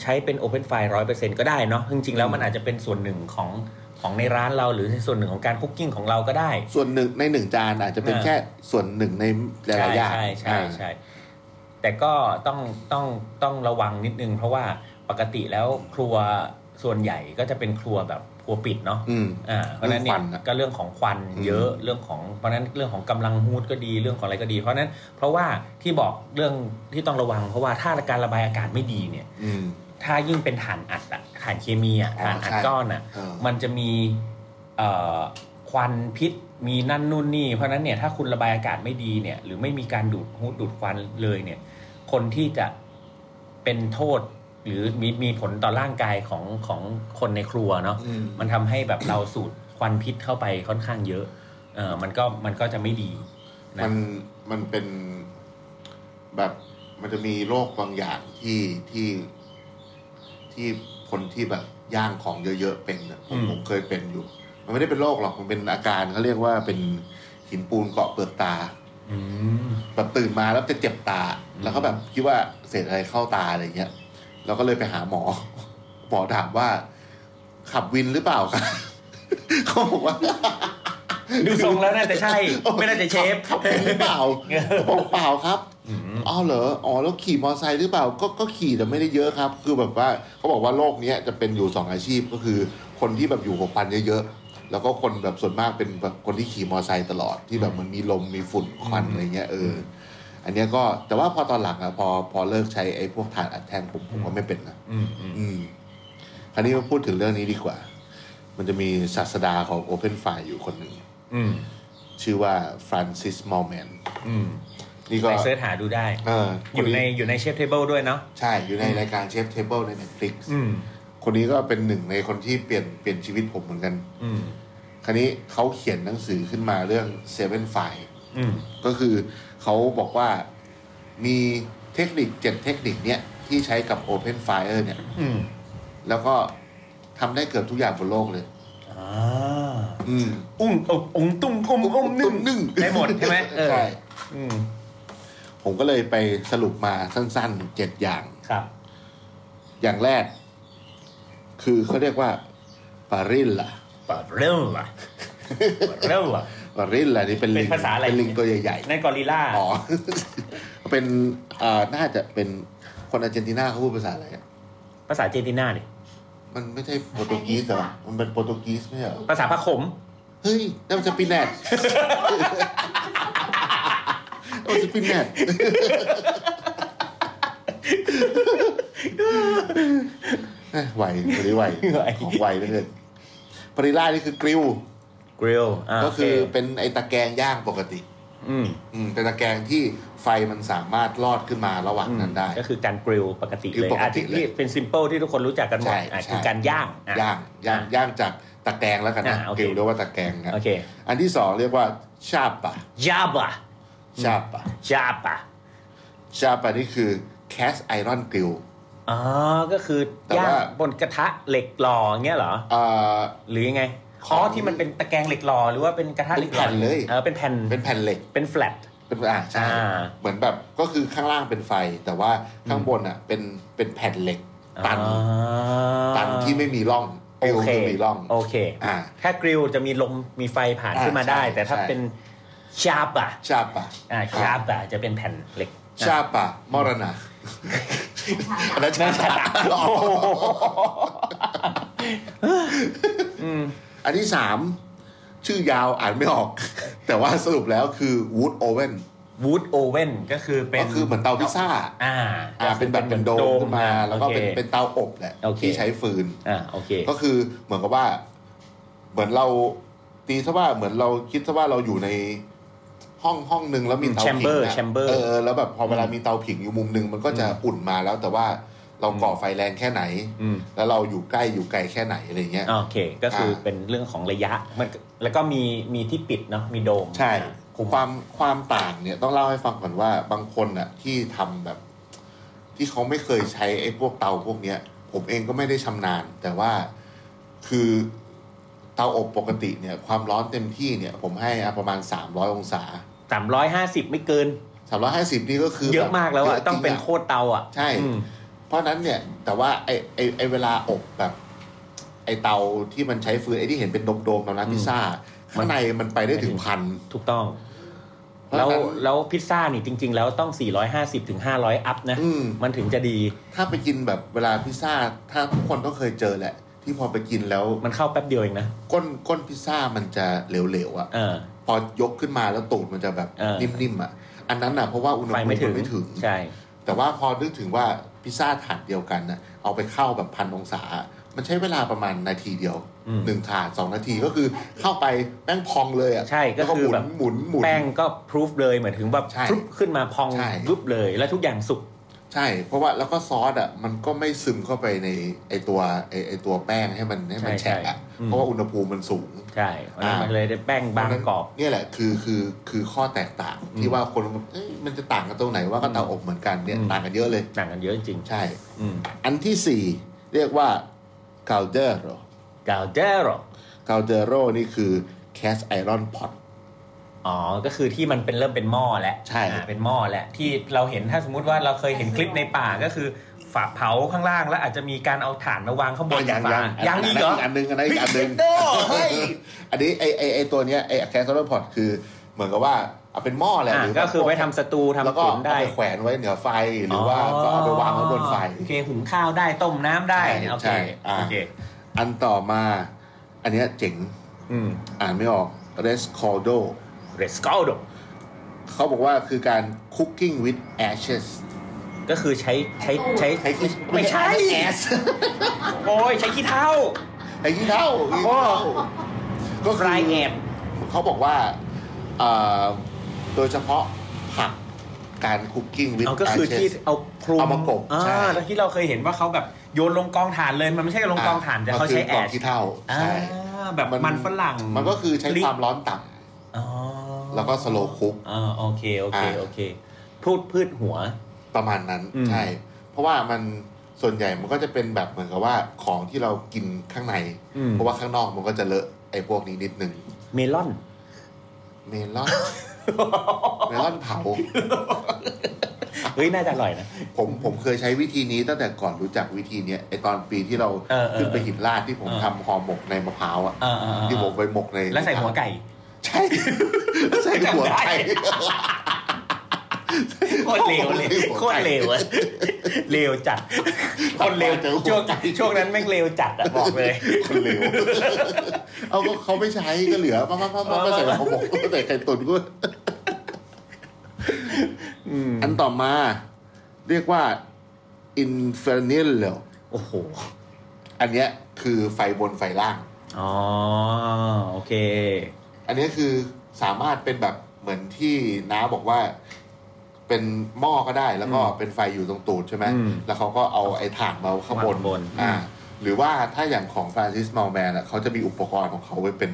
ใช้เป็น Open f i l e ร้อยเปอร์เซ็นก็ได้เนาะจริงๆแล้วมันอาจจะเป็นส่วนหนึ่งของของในร้านเราหรือในส่วนหนึ่งของการคุกกิ้งของเราก็ได้
ส่วนหนึ่งในหนึ่งจานอาจจะเป็น
อ่า
แค่ส่วนหนึ่งในหลายๆอย่าง
ใช่ใช่ใช่
อ่า
ใช่ แต่ก็ต้องต้องต้องระวังนิดนึง เพราะว่าปกติแล้วครัวส่วนใหญ่ก็จะเป็นครัวแบบครัวปิดเนาะ
อืม
อ่าเพราะฉะนั้นเนี่
เรื่
ย
องควันอะ
ก็เรื่องของควัน
อืม
เยอะเรื่องของเพราะฉะนั้นเรื่องของกำลังฮูดก็ดีเรื่องของอะไรก็ดี เพราะฉะนั้นเพราะว่าที่บอกเรื่องที่ต้องระวัง เพราะว่าถ้าการระบายอากาศไม่ดีเนี่ย
อืม
ถ้ายิ่งเป็นถ่านอัดอะถ่านเคมีอะ
อ๋อ
ถ่านอัด
ใช่
ก้อนอะ
เออ
มันจะมีเอ่อควันพิษมีนั่นนู่นนี่เพราะฉะนั้นเนี่ยถ้าคุณระบายอากาศไม่ดีเนี่ย หรือไม่มีการดูดฮูดดูดควันเลยเนี่ย คนที่จะเป็นโทษ หรือมีมีผลต่อร่างกายของของคนในครัวเนาะ
อืม
มันทำให้แบบเราสูดควันพิษเข้าไปค่อนข้างเยอะ เออมันก็มันก็จะไม่ดีนะ
มันมันเป็นแบบมันจะมีโรคบางอย่างที่ที่ที่ คนที่แบบย่างของเยอะๆเป็นนะผม
อืม
ผมเคยเป็นอยู่ มันไม่ได้เป็นโรคหรอกมันเป็นอาการเขาเรียกว่าเป็นหินปูนเกาะเปลือกตา
อืม
แบบตื่นมาแล้วจะเจ็บตา
อืม
แล้วก็แบบคิดว่าเศษอะไรเข้าตาอะไรเงี้ยเราก็เลยไปหาหมอ หมอถามว่า ขับวินหรือเปล่าครับ เขาบอกว่า
ดูทรงแล้วน่าจะใช่ ไม่น่าจะเชฟ
ขับขับวินหรือเปล่าผมบอกเปล่าครับ
อืม
อ๋อเหรออ๋อแล้วขี่มอเตอร์ไซค์หรือเปล่า ก็ก็ขี่แต่ไม่ได้เยอะครับ คือแบบว่าเขาบอกว่าโรคเนี้ยจะเป็นอยู่สองอาชีพก็คือ คนที่แบบอยู่หัวควันเยอะๆแล้วก็คนแบบส่วนมากเป็นแบบคนที่ขี่มอเตอร์ไซค์ตลอดที่แบบมันมีลมมีฝุ่นควันอะไรเงี้ยเออ อันเนี้ยก็แต่ว่าพอตอนหลังอะพอพอเลิกใช้ไอ้พวกถ่านอัดแท่งผมผมก็ไม่เป็นนะ
อืมอืม
อืม คราวนี้มาพูดถึงเรื่องนี้ดีกว่า มันจะมีศาสดาของ Open f i อยู่คนหนึ่ง
อืม
ชื่อว่าฟรานซิสมอลแมน
อืม
นี่ก็
ไปเสิร์ชหาดูได้
เออ
อ
คน
ยู่ในอยู่ในเชฟเทเบิลด้วยเนาะ
ใช่อยู่ในรายการเชฟเทเบิลใน Netflix
อืม
คนนี้ก็เป็นหนึ่งในคนที่เปลี่ยนเปลี่ยนชีวิตผมเหมือนกัน
อืม
คราวนี้เขาเขียนหนังสือขึ้นมาเรื่อง Seven f i
อืม
ก็คือเขาบอกว่ามีเทคนิคเจ็ดเทคนิคเนี้ยที่ใช้กับ Open Fire เนี่ย
อืม
แล้วก็ทำได้เกือบทุกอย่างบนโลกเลย
อ่า
อืม
อุ้งอกองตุ้งอมอมนึ่ง
นึ่ง
ได้หมดใช่ไหมเออ
ใช่
อืม
ผมก็เลยไปสรุปมาสั้นๆเจ็ดอย่าง
ครับ
อย่างแรก คือเขาเรียกว่าปาริลล่ะ
ปาเรลล่ะปาเรลล่ะ
ปาริลล่ะนี่เป็นลิง
เป็นภาษาอะไร
เป็นลิงตัวใหญ่
นั่นกอริลล่า
ๆอ๋ อ เป็นอ่าน่าจะเป็นคนอาร์เจนตินาเขาพูดภาษาอะไรอะ
ภาษาเจนตินาดิ
มันไม่ใช่โปรตุเกสเหรอมันเป็นโปรตุเกสไม่ใช่เหรอ
ภาษาพระขม
เฮ้ยนั่นมันสปินแนตนั่นมันสปินแนต เอ้ยไหววันนี้ไหว
ไหว
ของไหวเหลยเกินปาริล่านี่คือกริล
กริลอ่า
ก็คือ
โเ
เป็นไอตะแกรงย่างปกติ
อืม
อืมเป็นตะแกรงที่ไฟมันสามารถลอดขึ้นมาระหว่างนั้นได้
ก็คือการกริลปกติ
คือ
เลย
ปก
อา
ติเลย
ที่ที่เป็นซิมเ l ิลที่ทุกคนรู้จักกันหมด
ใช่
อ่ะ
ใช่
คือการย่างอ่ะ
ย่างย่างย่างจากตะแกรงแล้วกันนะ
อ่ะโอ
ก
เค
ริลเรียกว่าตะแกรงนะ
โอเค
อันที่สองเรียกว่าชาปะ
ยาบะ
ชาปะ
ยาบะ
ชาปะนี่คือแคสไอรอนกริล
อ๋อก็คือ
แต่
ย่าง
ว่า
บนกระทะเหล็กหล่ออย่างเงี้ยเหรอ
เอ่อ
หรือยังไง
ข
ค
อ
อง ที่มันเป็นตะแกรงเหล็กหล่อหรือว่าเป็นกระทะเหล็กห
เป็น
อ
แผ่นเลย
เออเป็นแผ่น
เป็นแผ่นเหล็ก
เป็นแฟลต
เป็นอ่าใช่
อ่า
เหมือนแบบก็คือข้างล่างเป็นไฟ แต่ว่าข้างบนอ่ะเป็นเป็นแผ่นเหล็ก ตัน ตันที่ไม่มีร่องกริล
โอเค
คือมีร่อง
โอเค
อ่า
ถ้ากริลจะมีลมมีไฟผ่าน
อ่า
ขึ้นมาได้
ใช่
แต่ถ้า
ใช่
เป็นชาบอะ
ชาปะ
อ่าชาบอะจะเป็นแผ่นเหล็ก
ชาปะมรณะอันนั้นชาปะอันที่สามชื่อยาวอ่านไม่ออก แต่ว่าสรุปแล้วคือวูดโอเว่น
วูดโอเว่นก็คือเป็น
ก็คือเหมือนเตาพิซซ่า
อ่า
อ่าเป็นแบบเป็นโดมขึ้นมา
อ่ะ
แล้วก็เป็น
โอค
เป็นเตาอบแหละ
โอเค
ที่ใช้ฟืน
อ่าโอเค
ก็คือเหมือนกับว่า เหมือนเราตีซะว่าเหมือนเราคิดซะว่าเราอยู่ในห้องห้องหนึ่งแล้วมีเตาผิง
Chamber
นะ
Chamber
เออแล้วแบบพอเวลามีเตาผิงอยู่มุมหนึ่งมันก็จะอุ่นมาแล้วแต่ว่าเราก่อไฟแรงแค่ไหน
อืม
แล้วเราอยู่ใกล้อยู่ไกลแค่ไหนอะไรเงี้ย
โอเคก็คืออา เป็นเรื่องของระยะมันแล้วก็มีมีที่ปิดเนาะมีโดม
ใช่
คุม
ความความต่างเนี่ยต้องเล่าให้ฟังก่อนว่าบางคนอ่ะที่ทำแบบ ที่เขาไม่เคยใช้ไอ้พวกเตาพวกเนี้ย ผมเองก็ไม่ได้ชำนาญ แต่ว่าคือเตาอบปกติเนี่ย ความร้อนเต็มที่เนี่ย ผมให้อะประมาณ 300 องศา
สามร้อยห้าสิบไม่เกิน
350 นี่ก็คือ
เยอะมากแล้วอะ
บบยจริ
ต้องเป็นโคตรเตาอะ
ใช่
อืม
เพราะฉะนั้นเนี่ยแต่ว่าไอ้ไอ้ไอ้เวลาอบแบบ ไอ้เตาที่มันใช้ฟืนไอ้ที่เห็นเป็นโดมๆตอนร้านพิซซ่าข้างในมันไปได้ถึงพัน
ถูกต้อง
เพราะ
แล้ว
ฉะนั้น
แล้วพิซซ่านี่จริง ๆ แล้วต้อง 450ถึง500 อัพนะ
อืม
มันถึงจะดี
ถ้าไปกินแบบเวลาพิซซ่า ถ้าทุกคนต้องเคยเจอแหละ ที่พอไปกินแล้ว
มันเข้าแป๊บเดียวเองนะ
ก้นก้นพิซซ่ามันจะเหลวๆอะ่ะ
เออ
พอยกขึ้นมาแล้วตูดมันจะแบบ
เออ
นิ่มๆอะ่ะ อันนั้นอ่ะเพราะว่าอุณหภูมิมั
ไฟไม่ถึง
นไม่ถึง
ใช่
แต่ว่าพอนึกถึงว่าพิซซ่าถาดเดียวกันนะเอาไปเข้าแบบพันองศา มันใช้เวลาประมาณนาทีเดียว
อืม
หนึ่งถาดสองนาทีก็คือเข้าไปแป้งพองเลยอะ่ะ
ใช่ก็
แล้วก็
คื
หมุ
อแบ
น
บ
หมุนหมุน
แป้งก็พรูฟเลยเหมือนถึงแบบ
ใช่
พรุบขึ้นมาพอง
ใช่
รุบเลย แล้วทุกอย่างสุก
ใช่ เพราะว่าแล้วก็ซอสอ่ะมันก็ไม่ซึมเข้าไปในไอตัวไอไอตัวแป้งให้มันให้มัน
ใช่
แฉะอะ
ใช่อืม
เพราะว่าอุณหภูมิมันสูง
ใช่อันนั้น
อ่ามั
มันเลยได้แป้งบางกรอบ
เพราะฉะนั้นเนี่ยแหละคือคือคือข้อแตกต่าง
อืม
ที่ว่าคนเอ้ยมันจะต่างกันตรงไหนว่าก็เตาอบเหมือนกันเนี่ย
อืม
ต่างกันเยอะเลย
ต่างกันเยอะจริง
ใช่
ๆอืม
อันที่สี่เรียกว่า คาลเดโร
กาวเดโร
คาลเดโรนี่คือแคสไอรอนพอต
อ๋อ ก็คือที่มันเป็นเริ่มเป็นหม้อแล้ว
ใช่
อ่าเป็นหม้อแล้วที่เราเห็นถ้าสมมุติว่าเราเคยเห็นคลิปในป่าก็คือฝาเผาข้างล่างแล้วอาจจะมีการเอาถ่านมาวางข้างบน
ยัง
ฝา
ยัง
ยังอีกเหรอ
อันนึงอันนึงอันนึง
โดเฮ้ย
อันนี้ไอไอไอตัวเนี้ยไอแคสเซอร์พอตคือเหมือนกับว่าเอาเป็นหม้อแหละ
อ่า
หรื
ก็คือไว้ทำสตูทำ
แล้วก็
ตุ๋น
เอา
ได้
ไปแขวนไว้เหนือไฟหรือว่าก็เอาไปวางไว้บนไฟ
โอเคหุงข้าวได้ต้มน้ำได้
ใช่
โอเค
ใช่อ่า
โอเค
อันต่อมา อันเนี้ยเจ๋ง
อืม
อ่านไม่ออกเรสคอโด
เรสกอลโด
เขาบอกว่าคือการ cooking with ashes
ก็คือใช้ใช้ใช้
ใช้ขี้
ไม่ใช่
แอส
โอ้ยใช้ขี้เท้า
ใช้ขี้เท่าขี้เท่าก็คือ
รายแอบ
เขาบอกว่าเอ่อโดยเฉพาะผักการคุกกิ้งวิด
เอาก็คือที่เอาคลุม
เอามากบ
อ่
ใช่
แล้วที่เราเคยเห็นว่าเขาแบบโยนลงกองถ่านเลยมันไม่ใช่ลงกองถ่านแต่เขาใช้แอช
ที่เท่า
อ่า
ใช่
แบบมันฝรั่ง
มันก็คือใช้
ลิ
ความร้อนต่
อ๋อ
ำแล้วก็สโลคุก
อ่าโอเคโอเค
อ่า
โอเคพูดพืชหัว
ประมาณนั้น
อืม
ใช่ เพราะว่ามันส่วนใหญ่มันก็จะเป็นแบบเหมือนกับว่าของที่เรากินข้างใน
อืม
เพราะว่าข้างนอกมันก็จะเลอะไอ้พวกนี้นิดนึง
เมลอน
เมล อน เมลอนเผา
เฮ้ยน่าจะอร่อยนะ
ผมผมเคยใช้วิธีนี้ตั้งแต่ก่อนรู้จักวิธีเนี้ยไอตอนปีที่เรา
เออเออ
ขึ้นไปหินลาดที่ผม
เออ
ทำห่อหมกในมะพร้าวอ่ะ
อ่าอ่าอ่า
ที่ผมไปหมกใน
แล้วใส่หัวไก่
ใช่ ใส่หัวไก่
โคตรเลวเลยโคตรเลวอะเลวจัดคนเลว
เจอหัว
ช่วง
ไก่
ช่วงนั้นแม่งเลวจัดอะบอก เลย
คนเลวเอาก็เขาไม่ใช้ก็เหลือมามามามามาใส่ห่อหมกใส่ไข่ตุ๋นก็อันต่อมา เรียกว่า infernal
โอ้โห
อันเนี้ยคือไฟบนไฟล่าง
อ๋อ โอเค
อันนี้คือสามารถเป็นแบบเหมือนที่น้าบอกว่า เป็นหม้อก็ได้แล้วก็เป็นไฟอยู่ตรงตูดใช่ไหม
อืม
แล้วเขาก็เอาไอ้ถ่านมาข้างบน
วางบน
อ่า หรือว่าถ้าอย่างของฟรานซิสม l ลแมนอ่ะเขาจะมีอุปกรณ์ของเขาไว้เป็น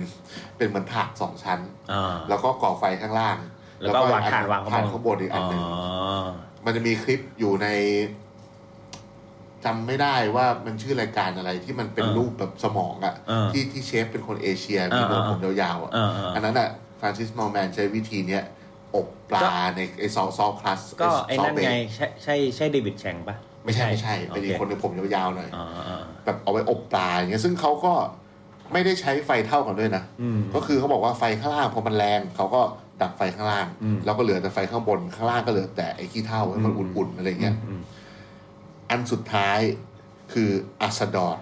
เป็นเหมือนถาดสองชั้น
อ่า
แล้วก็ก่อไฟข้างล่าง
แล้วก็วางฐานวาง
ถ่านข้างบนอีกอันหนึ่ง
อ๋อ
มันจะมีคลิปอยู่ในจำไม่ได้ว่ามันชื่อรายการอะไรที่มันเป็น
อ่ารู
รูปแบบสมองอ่ะ
อ่า
ที่ที่เชฟเป็นคนเอเชียมีหนวด
อ่า
ผมยาวๆอ่ะ
อ่าอ่า
อันนั้นอ่ะฟรานซิสมอลแมนใช้วิธีเนี้ยอบปลา
ก็
ในไอซอสซอสคลัส
ก็ไอ้นั่น
ซ
ไง
สเบ
ใช่ใช่ใช่เดวิดแชงปะ
คไม่ใช่ไม่ใช่เป็นอีกคนในผมยาวๆหน่อย
อ๋ออ๋อ
แบบเอาไว้อบปลาอย่างเงี้ยซึ่งเขาก็ไม่ได้ใช้ไฟเท่ากันด้วยนะ
อืม
ก็คือเขาบอกว่าไฟข้างล่างพอมันแรงเขาก็ดับไฟข้างล่าง
อืม
แล้วก็เหลือแต่ไฟข้างบนข้างล่างก็เหลือแต่ไอ้ขี้เท่าให้มันอุ่นๆอะไรเงี้ย
อืม
อันสุดท้ายคืออัสดอร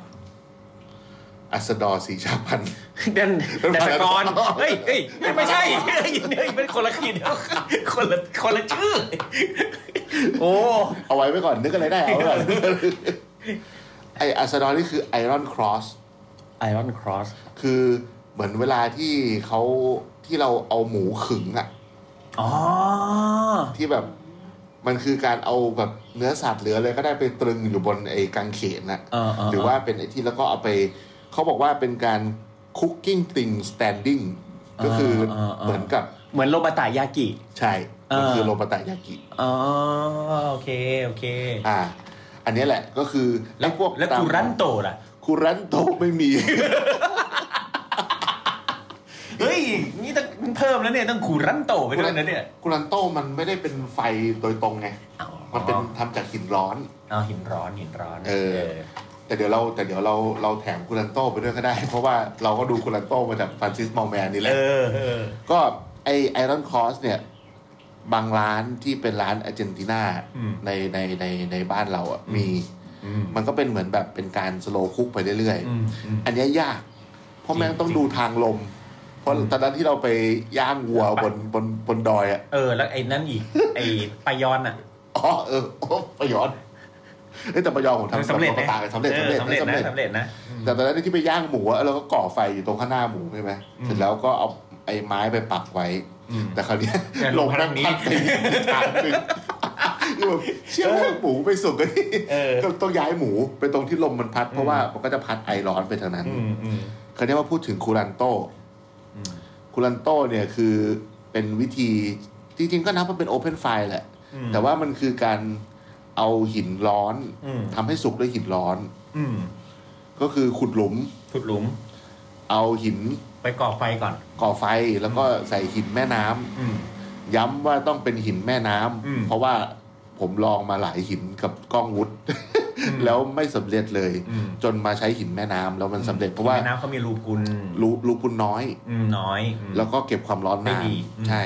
อัสดอรสีชาพันธุ์
ดัน
เป็น
ดัน
พา
ส
ราด
ก
อ
อน
กซ์
เฮ้ยเฮ้ยไม่ใช่ เฮ้ยเฮ้ยเป็นคนละขีด คนละคนละชื่อ โอ้
เอาไว้ไว้ก่อนนึกอะไรได้เอาไว้ก่อน ไออัสดอรนี่คือไอรอนครอส
ไอรอนครอส
คือเหมือนเวลาที่เขาที่เราเอาหมูขึงอะ
อ๋อ
ที่แบบมันคือการเอาแบบเนื้อสัตว์เหลืออะไรก็ได้ไปตรึงอยู่บนไอ้กางเขนนะ
เออเออเออ
หรือว่าเป็นไอ้ที่แล้วก็เอาไปเขาบอกว่าเป็นการ cooking thing standing ก็คือเหมือนกับ
เหมือนโรบะตายากิ
ใช่มันคือ
เออ
โรบะตายากิ
อ๋อ โอเค โอเค
อ่า อันเนี้ยแหละก็คือ
แล้ว
ไอ้พวก
แล้ว
ตาม
กูรันโตล่ะ
คุรันโตไม่มี
เฮ้ย นี่ต้องเพิ่มแล้วเนี่ย ต้องคูรันโต ไปด้วยนะเนี่ย
คุรันโตมันไม่ได้เป็นไฟโดยตรงไง
อ๋อ
มันเป็นทำจากหินร้อน
เอาหินร้อนหินร้อน
เออ แต่เดี๋ยวเราแต่เดี๋ยวเราเราแถมคุรันโตไปด้วยก็ได้ เพราะว่าเราก็ดูคุรันโตมาจากฟรานซิสมอลแมนนี่แห
เอ
ละ
อเออ
ก็ไอไอรอนคอสเนี่ย บางร้านที่เป็นร้านอาร์เจนตินา
อืม
ในในในในบ้านเราอ่ะมี มันก็เป็นเหมือนแบบเป็นการสโลคุกไปเรื่อย
อืมอืม
ๆ อันเนี้ยยาก เพราะแม่งต้อง
จริง
ดูทางลม เพราะตอนนั้นที่เราไปย่างวัวบนบนบนดอยอ่ะ
เออ แล้วไอ้นั่นอีก ไอ้ปายอนอ่ะ
อ๋อเออโอ้ประยอนเฮ้ยแต่ประยอนผมทำ
สำเร็จนะ
ตาสำเร็จสำเร็จ
ออสำเร็จ
สำ
นะ
เร็จ
สำเร็จนะ
แต่ตอนนั้นที่ไปย่างหมูอะเราก็ก่อไฟอยู่ตรงข้างหน้าหมูใช่ไหมเสร็จแล้วก็เอาไอ้ไม้ไปปักไว้
อืม
แต่คราวเนี้ย
แต่ล
ล
ง
ง
มา
แม่
ทาง งนี้
พัดไปอีกทางหนึ่งคือแบบเชื่อว่าหมูไปสุกกันที่
เออ
ก็ต้องย้ายหมูไปตรงที่ลมมันพัด เพราะว่ามันก็จะพัดไอร้อนไปทางนั้น
อืมอืม
คราวนี้มาพูดถึงคูรันโต
อืม
คูรันโตเนี่ยคือเป็นวิธีจริงๆก็นับว่าเป็นโอเพนไฟแหละ
อืม
แต่ว่ามันคือการเอาหินร้อน
อืม
ทำให้สุกด้วยหินร้อน
อืม
ก็คือขุดหลุม
ขุดหลุม
เอาหิน
ไปก่อไฟก่อน
ก่อไฟแล้วก็ใส่หินแม่น้ำ
อืม
ย้ำว่าต้องเป็นหินแม่น้ำ
อืม
เพราะว่าผมลองมาหลายหินกับกล้องวุฒ
ม
แล้วไม่สำเร็จเลย
อืม
จนมาใช้หินแม่น้ำแล้วมันสำเร็จเพราะว่า
แม่น้ำเขามีรูพุน
รูรูคุณน้อย
อืมน้อยอืม
แล้วก็เก็บความร้อนนาน
ไม่ดีอืม
ใช่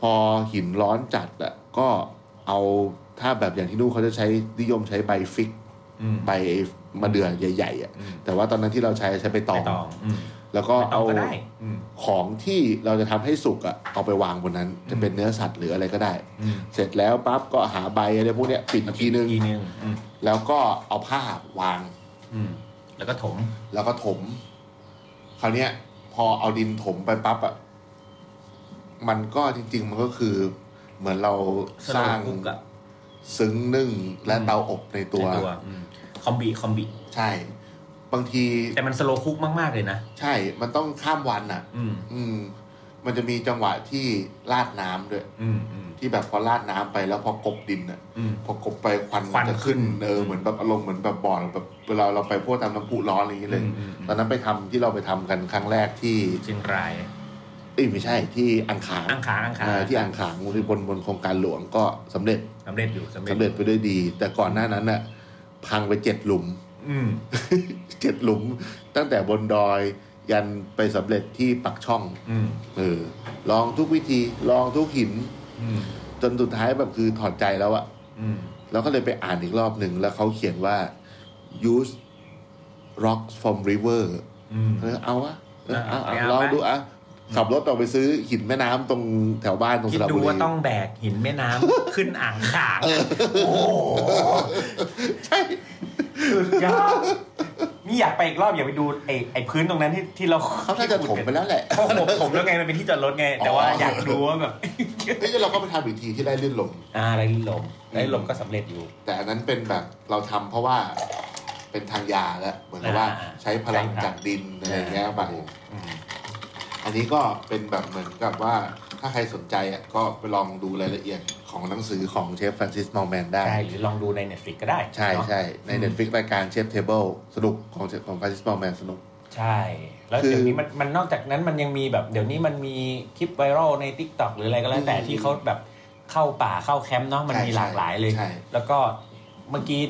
พอหินร้อนจัดอะก็เอาถ้าแบบอย่างที่นู่นเขาจะใช้นิยมใช้ใบฟิก
อืม
ใบมะเดื่อใหญ่ๆอะ
อืม
แต่ว่าตอนนั้นที่เราใช้ใช้ใบต
ไป
อง
ตองอืม
แล้วก็
ไปตอ
เอา
งก็ได้อืม
ของที่เราจะทำให้สุกอะเอาไปวางบนนั้น จะเป็นเนื้อสัตว์หรืออะไรก็ได้
อืม
เสร็จแล้วปั๊บก็หาใบอะไรพวกเนี้ยปิดอีกทีนึง
ทีนึงอืม
แล้วก็เอาผ้าวาง
อืมแล้วก็ถม
แล้วก็ถม คราวเนี้ย พอเอาดินถมไปปั๊บอะมันก็จริง ๆ มันก็คือ เหมือนเราสร้าง
slow cook อะ
ซึ้งนึ่งและเตาอบในตัว
ในตัวอืมคอมบิคอมบิ
ใช่ บางที
แต่มันสโลว์คุกมาก ๆ เลยนะ
ใช่ มันต้องข้ามวันอ่ะ
อืม
อืม มันจะมีจังหวะที่ราดน้ำด้วย
อืม อืม
ที่แบบพอราดน้ำไปแล้วพอกลบดินอ่ะ
อืม
พอกลบไปควัน
ควัน
จะขึ้น
ขึ้น
เออเหมือนแบบอารมณ์เหมือนแบบบ่อแบบเวลาเราไปพวกตามน้ำพุร้อนอะไรอย่างเงี้ยเลย
อืมอืมอืม
ตอนนั้นไปทำที่เราไปทำกันครั้งแรกที่
เชียงราย
เอ้ยไม่ใช่ที่อังขาง
อังขางอังขาง
อ่าที่อังขางบนบนบนโครงการหลวงก็สำเร็จ
สำเร็จอยู่สำเร็จ
สำเร็จไปด้วยดี แต่ก่อนหน้านั้นน่ะ พังไปเจ็ดหลุม
อืม
เจ็ดหลุม ตั้งแต่บนดอยยันไปสำเร็จที่ปักช่อง
อืม
เออลองทุกวิธีลองทุกหิน
อืม
จนสุดท้ายแบบคือถอดใจแล้วอะ
อืม
เราก็เลยไปอ่านอีกรอบหนึ่งแล้วเขาเขียนว่า use rocks from river
อืม
เออเอาวะเออเอาเอา
เอา
ลอง
ไป
ดูอะขับรถออกไปซื้อหินแม่น้ำตรงแถวบ้านตรง
คิ
ส
ด
ระ
ดู
บุรี
ว่าต้องแบกหินแม่น้ ำ ขึ้นอ่างขาง โอ้โห
ใช่
สุดยอดนี่อยากไปอีกรอบอยากไปดูไอ้ไอ้พื้นตรงนั้นที่ที่เรา
เขาน่าจะถมไปแล้วแหละ
เขาผมผมแล้วไงมันเป็นที่จอดรถไง แต่ว่าอยากดูว่าแบบ
เฮ้ยแล้วเราก็ไปทำอีกทีที่ได้ลื่นลม
อ่าไรลมไรลมก็สำเร็จอยู่
แต่อันนั้นเป็นแบบเราทำเพราะว่าเป็นทางยาแล้วเหมือนกับว่า
อ่า
ใช้พลัง
ใช่ครับ
จากดินอะไรอย่างเงี้ย
อ่า
ไป
อืม
อันนี้ก็เป็นแบบเหมือนกับว่าถ้าใครสนใจอ่ะก็ไปลองดูรายละเอียดของหนังสือของเชฟฟรานซิสมอลแมนได้
ใช่หรือลองดูใน Netflix ก็ได้
ใช่
เนอะ
ใช่ในเน็ตฟิกรายการเชฟเทเบิลสนุกของของฟรานซิสมอลแมนสนุก
ใช่ แล้ว
คือ
เดี๋ยวนี้มันมันนอกจากนั้นมันยังมีแบบเดี๋ยวนี้มันมีคลิปไวรัลใน t ิ k t o k หรืออะไรก็แล้วแต่
อืม
ที่เขาแบบเข้าป่าเข้าแคมป์เนาะมัน
ใช่
มีหลากหลายเลย
ใช่
แล้วก็เมื่อกี้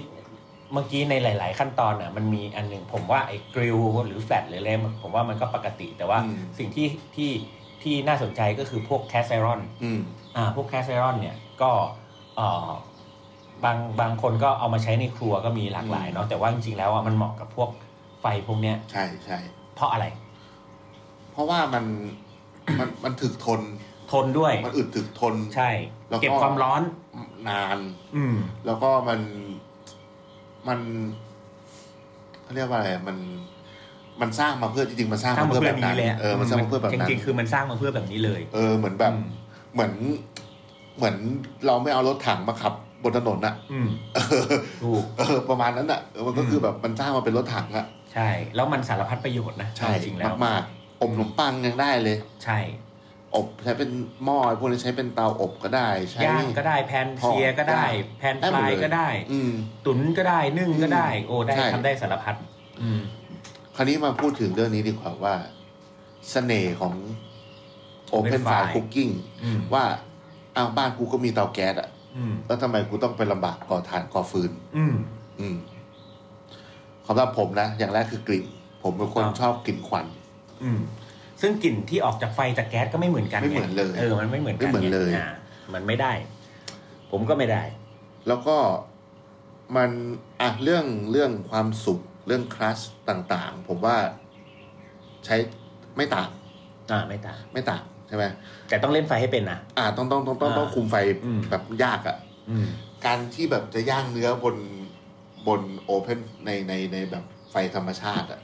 เมื่อกี้ในหลาย ๆ ขั้นตอนอ่ะมันมีอันหนึ่งผมว่าไอ้กริลหรือแฟลตหรืออะไรผมว่ามันก็ปกติแต่ว่าสิ่งที่ที่ที่น่าสนใจก็คือพวกแคสไซรอน
อืม
อ่าพวกแคสเซรอนเนี่ยก็เอ่อบางบางคนก็เอามาใช้ในครัวก็มีหลากหลาย
อืม
เนาะแต่ว่าจริงๆแล้วอ่ะมันเหมาะกับพวกไฟพวกเนี้ย
ใช่ใช่
เพราะอะไร
เพราะว่ามัน มันมันถึกทน
ทนด้วย
มันอึดถึกทน
ใช่
แล้วก็
เก็บความร้อน
นาน
อืม
แล้วก็มันมันเขาเรียกว่าอะไรอะมัน มันสร้างมาเพื่อจริงๆมันสร้าง
สร้าง
มา
มา
เพื่อ
เพื่
แบ
อบนี้
นั้น
เลยะ
เออมันสร้างมาเพื่อแบบนั้น
จริงๆคือมันสร้างมาเพื่อแบบนี้เลย
เออเหมือนแบบ
อืม
เหมือน เหมือนเราไม่เอารถถังมาขับบนถนนอะ
อืมถูก
เออประมาณนั้นอะเออมันก็คือแบบมันสร้างมาเป็นรถถังอะ
ใช่ แล้วมันสารพัดประโยชน์นะเอาจริงๆแล้ว
มากๆอบขนมปังยังได้เลย
ใช่
อบใช้เป็นหม้อพวกนี้ใช้เป็นเตาอบก็ได้ใช้
ย่างก็ได้แพนเซียก็ได้
ได้
แพนฟลายก็ได้
อืม
ตุ๋นก็ได้นึ่งก็ได้ โอ้ได้
ใช่
ทำได้สารพัดอืม
คราวนี้มาพูดถึงเรื่องนี้ดีกว่าว่าเสน่ห์ของ
Open
Open f i r e
Fire
Cooking
อืม
ว่าเอาวบ้านกูก็มีเตาแก๊สอะ
อืม
แล้วทำไมกูต้องไปลำบากก่อถ่านก่อฟืน
อืม
อืมสำหรับผมนะ อย่างแรกคือกลิ่น ผมเป็นคน
ครับ
ชอบกลิ่นควัน
อืม ซึ่งกลิ่นที่ออกจากไฟจากแก๊สก็ไม่เหมือนกันง
ไม่เหมือนเลย
เออมันไม่เหมือนกัน
ไม่เหมือนเลย
ามันไม่ได้ ผมก็ไม่ได้
แล้วก็มันอ่ะเรื่องเรื่องความสุข เรื่องคลัสต่างๆ ผมว่าใช้ไม่ต่าง
อ่าไม่ต่าง
ไม่ต่างใช่ไหม
แต่ต้องเล่นไฟให้เป็นนะ
อ่าต้องต้องต้องต้องต้องคุมไฟ
อืม
แบบยากอ่ะ
อืม
การที่แบบจะย่างเนื้อบนบนโอเพนในในในแบบไฟธรรมชาติอะ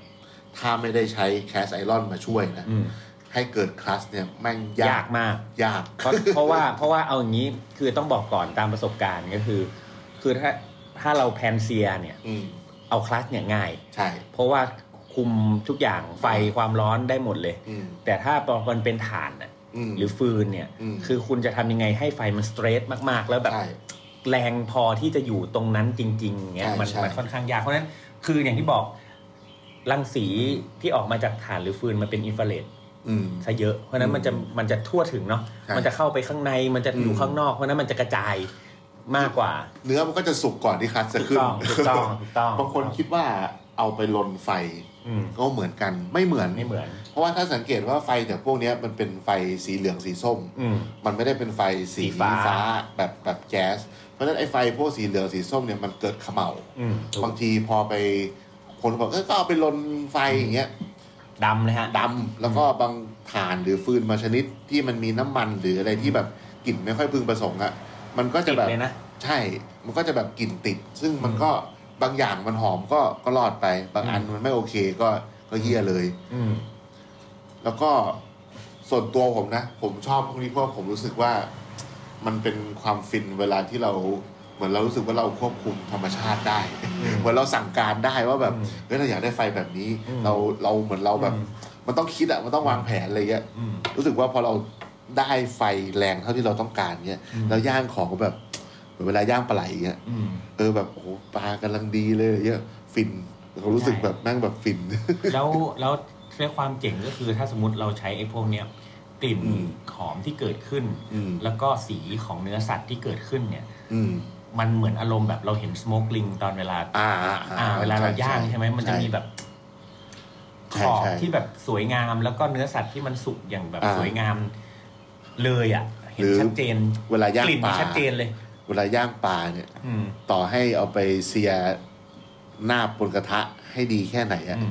ถ้าไม่ได้ใช้แคสไอรอนมาช่วยนะ
อืม
ให้เกิดคลัสเนี่ยแม่ง
ยาย
าก
กมาก
ยาก
เพราะ เพราะว่าเพราะว่าเอาอย่างนี้คือต้องบอกก่อนตามประสบการณ์ก็คือ คือถ้าถ้าเราแพนเซียเนี่ย
อืม
เอาคลัสเนี่ยง่าย
ใช่
เพราะว่าคุมทุกอย่างไฟความร้อนได้หมดเลย
อืม
แต่ถ้าพอมันเป็นถ่านน่ะ
อืม
หรือฟืนเนี่ย
อืม
คือคุณจะทำยังไงให้ไฟมันสเตรทมากๆ แล้วแบบ
ใช่
แรงพอที่จะอยู่ตรงนั้นจริงๆเงี้ย
ใช่
มัน
ใช่
มันค่อนข้างยากเพราะฉะนั้นคืออย่างที่บอก รังสีที่ออกมาจากถ่านหรือฟืนมันเป็นอินฟราเรด
อืม
ซะเยอะ เพราะฉะนั้นมันจะมันจะทั่วถึงเนาะ
ใช่
มันจะเข้าไปข้างในมันจะอยู่
อืม
ข้างนอกเพราะฉะนั้นมันจะกระจายมากกว่า
เนื้อมันก็จะสุกก่อนที่คัสจะขึ้
ถูก
น
ต้องถูกต้องถูกต้อง
บางคนคิดว่าเอาไปลนไฟ
อืม
ก็เหมือนกันไม่เหมือน
ไม่เหมือน
เพราะว่าถ้าสังเกตว่าไฟแต่พวกเนี้ยมันเป็นไฟสีเหลืองสีส้ม
อืม
มันไม่ได้เป็นไฟสี
สีฟ้า
ฟ้าแบบแบบแก๊ส เพราะฉะนั้นไอ้ไฟพวกสีเหลืองสีส้มเนี่ยมันเกิดเขมเหลา
อืมถูก
บางทีพอไปคนบอกเอยก็เอาไปลนไฟอย่างเงี้ย
ดำเลยฮะ
ดำแล้วก็บางถ่านหรือฟืนมางชนิดที่มันมีน้ำมันหรืออะไรที่แบบกลิ่นไม่ค่อยพึงประสงค์อะมันก็จะ
ติด
แบบ
เลยนะ
ใช่ มันก็จะแบบกลิ่นติด ซึ่งมันก็บางอย่างมันหอมก็ก็รอดไป บางอันมันไม่โอเคก็ก็เหี้ยเลย
อืม
แล้วก็ส่วนตัวผมนะ ผมชอบพวกนี้เพราะผมรู้สึกว่ามันเป็นความฟินเวลาที่เราเหมือนเรารู้สึกว่าเราควบคุมธรรมชาติได้ เหมือนเราสั่งการได้ว่าแบบ
อืม
เฮ้ยเราอยากได้ไฟแบบนี้
อืม
เราเราเหมือนเราแบบ
อืม
มันต้องคิดอะมันต้องวางแผนอะไรเงี้ย
อืม
รู้สึกว่าพอเราได้ไฟแรงเท่าที่เราต้องการเงี้ย
อืม
เราย่างของก็แบบเหมือนเวลาย่างปลาไหลเงี้ย
อืม
เออแบบโอ้โหปลากำลังดีเลยเงี้ยฟินเรารู้สึกแบบแม่งแบบฟิน
แล้วแล้วเรื่องความเจ๋งก็คือถ้าสมมติเราใช้ไอ้พวกเนี้ยกลิ่น
อืม
หอมที่เกิดขึ้น
อืม
แล้วก็สีของเนื้อสัตว์ที่เกิดขึ้นเนี่ย
อืม
มันเหมือนอารมณ์แบบเราเห็นสโมกลิงตอนเวลา
อ่า
อ่า เวลาเราย่างใช่ไหมมันจะมี
แบบ
แบบข
ใช่
อบ
ใช่
ที่แบบสวยงาม แล้วก็เนื้อสัตว์ที่มันสุกอย่างแบบ
อ่า
สวยงาม เลยอ่ะ เห็
หรื
น
อ
ชัดเจน
เวลาย่าง
กลิ่น
ป
มัน
ลา
ชัดเจนเลย
เวลาย่างปลาเนี่ย
อืม
ต่อให้เอาไปเสียหน้าบนกระทะให้ดีแค่ไหนอะ
อืม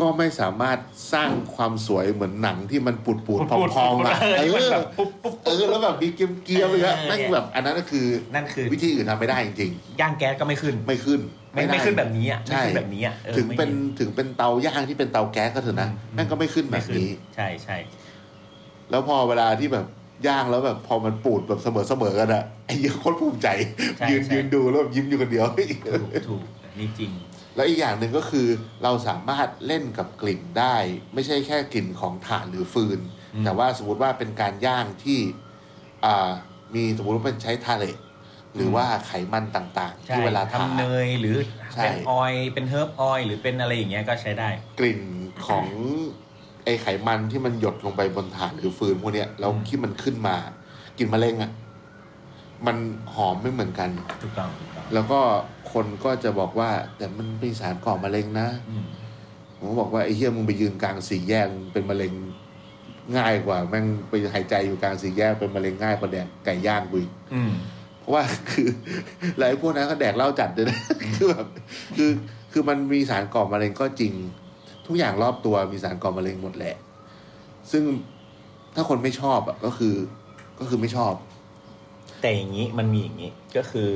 ก็ไม่สามารถสร้างความสวยเหมือนหนังที่มันปูดปูดพ
ปูดๆ
องๆอะ
เออ
เอ
ที่มัน
อ
แบบปุ๊บปุ๊บ
เออแล้วแบบมีเกลียวเกียวเลยอะ
เออ
นั่นแบบอันนั้นก็คือ
นั่นคือ
วิธีอื่นทำไม่ได้จริง
ย่างแก๊สก็ไม่ขึ้น
ๆ ไม่ขึ้น
ไม่
ด้
ไม่ขึ้นแบบนี้อ่ะไม่
ใช่
ขึ้นแบบนี้อ่ะออ
ถึง
ไม่
เป็น
มี
ถึงเป็นเตาย่างที่เป็นเตาแก๊สก็เถอะนะ
อืม
แม่งก็ไม่ขึ้นแบ
ไม่
บ
ขึ้น
นี้
ใช่ใช่
แล้วพอเวลาที่แบบย่างแล้วแบบพอมันปูดแบบเสมอเสมอๆกันอะ ไอ้เหี้ยโคนภูมิใจ
ใช่
ยืน
ใช่
ยืนดูแล้วแบบยิ้มอยู่คนเดียว
ถูกถูกอันนี่จริง
แล้วอีกอย่างหนึ่งก็คือเราสามารถเล่นกับกลิ่นได้ ไม่ใช่แค่กลิ่นของถ่านหรือฟืน
อืม
แต่ว่าสมมติว่าเป็นการย่างที่อ่ามีสมมติว่าเป็นใช้ทาเลตหรืออ
ม
ว่าไขมันต่างๆ
ใช่
ที่เวลาทา
ทำเนยหรือ
ใช่
เป็นออยล์เป็นเฮิร์บออยล์หรือเป็นอะไรอย่างเงี้ยก็ใช้ได้
กลิ่นของไอไขมันที่มันหยดลงไปบนถ่านหรือฟืนพวกเนี้ยแล้ว
อืม
ที่มันขึ้นมา กลิ่นมะเร็งอะมันหอมไม่เหมือนกัน
ถูกต้องถูกต้อง
แล้วก็คนก็จะบอกว่า แต่มันเป็นสารก่อมะเร็งนะ
อืม
ผมก็บอกว่าไอ้เฮียมึงไปยืนกลางสี่แยกมึงเป็นมะเร็งง่ายกว่า แม่งไปหายใจอยู่กลางสี่แยกเป็นมะเร็งง่ายกว่าแดกไก่ย่างกูอีก
อืม
เพราะว่า คือ แล้วไอ้พวกนั้นก็แดกเหล้าจัดด้วยนะ คือแบบคือคือมันมีสารก่อมะเร็งก็จริง ทุกอย่างรอบตัวมีสารก่อมะเร็งหมดแหละ ซึ่งถ้าคนไม่ชอบอ่ะก็คือ ก็คือไม่ชอบ
แต่อย่างนี้มันมีอย่างนี้ก็คือ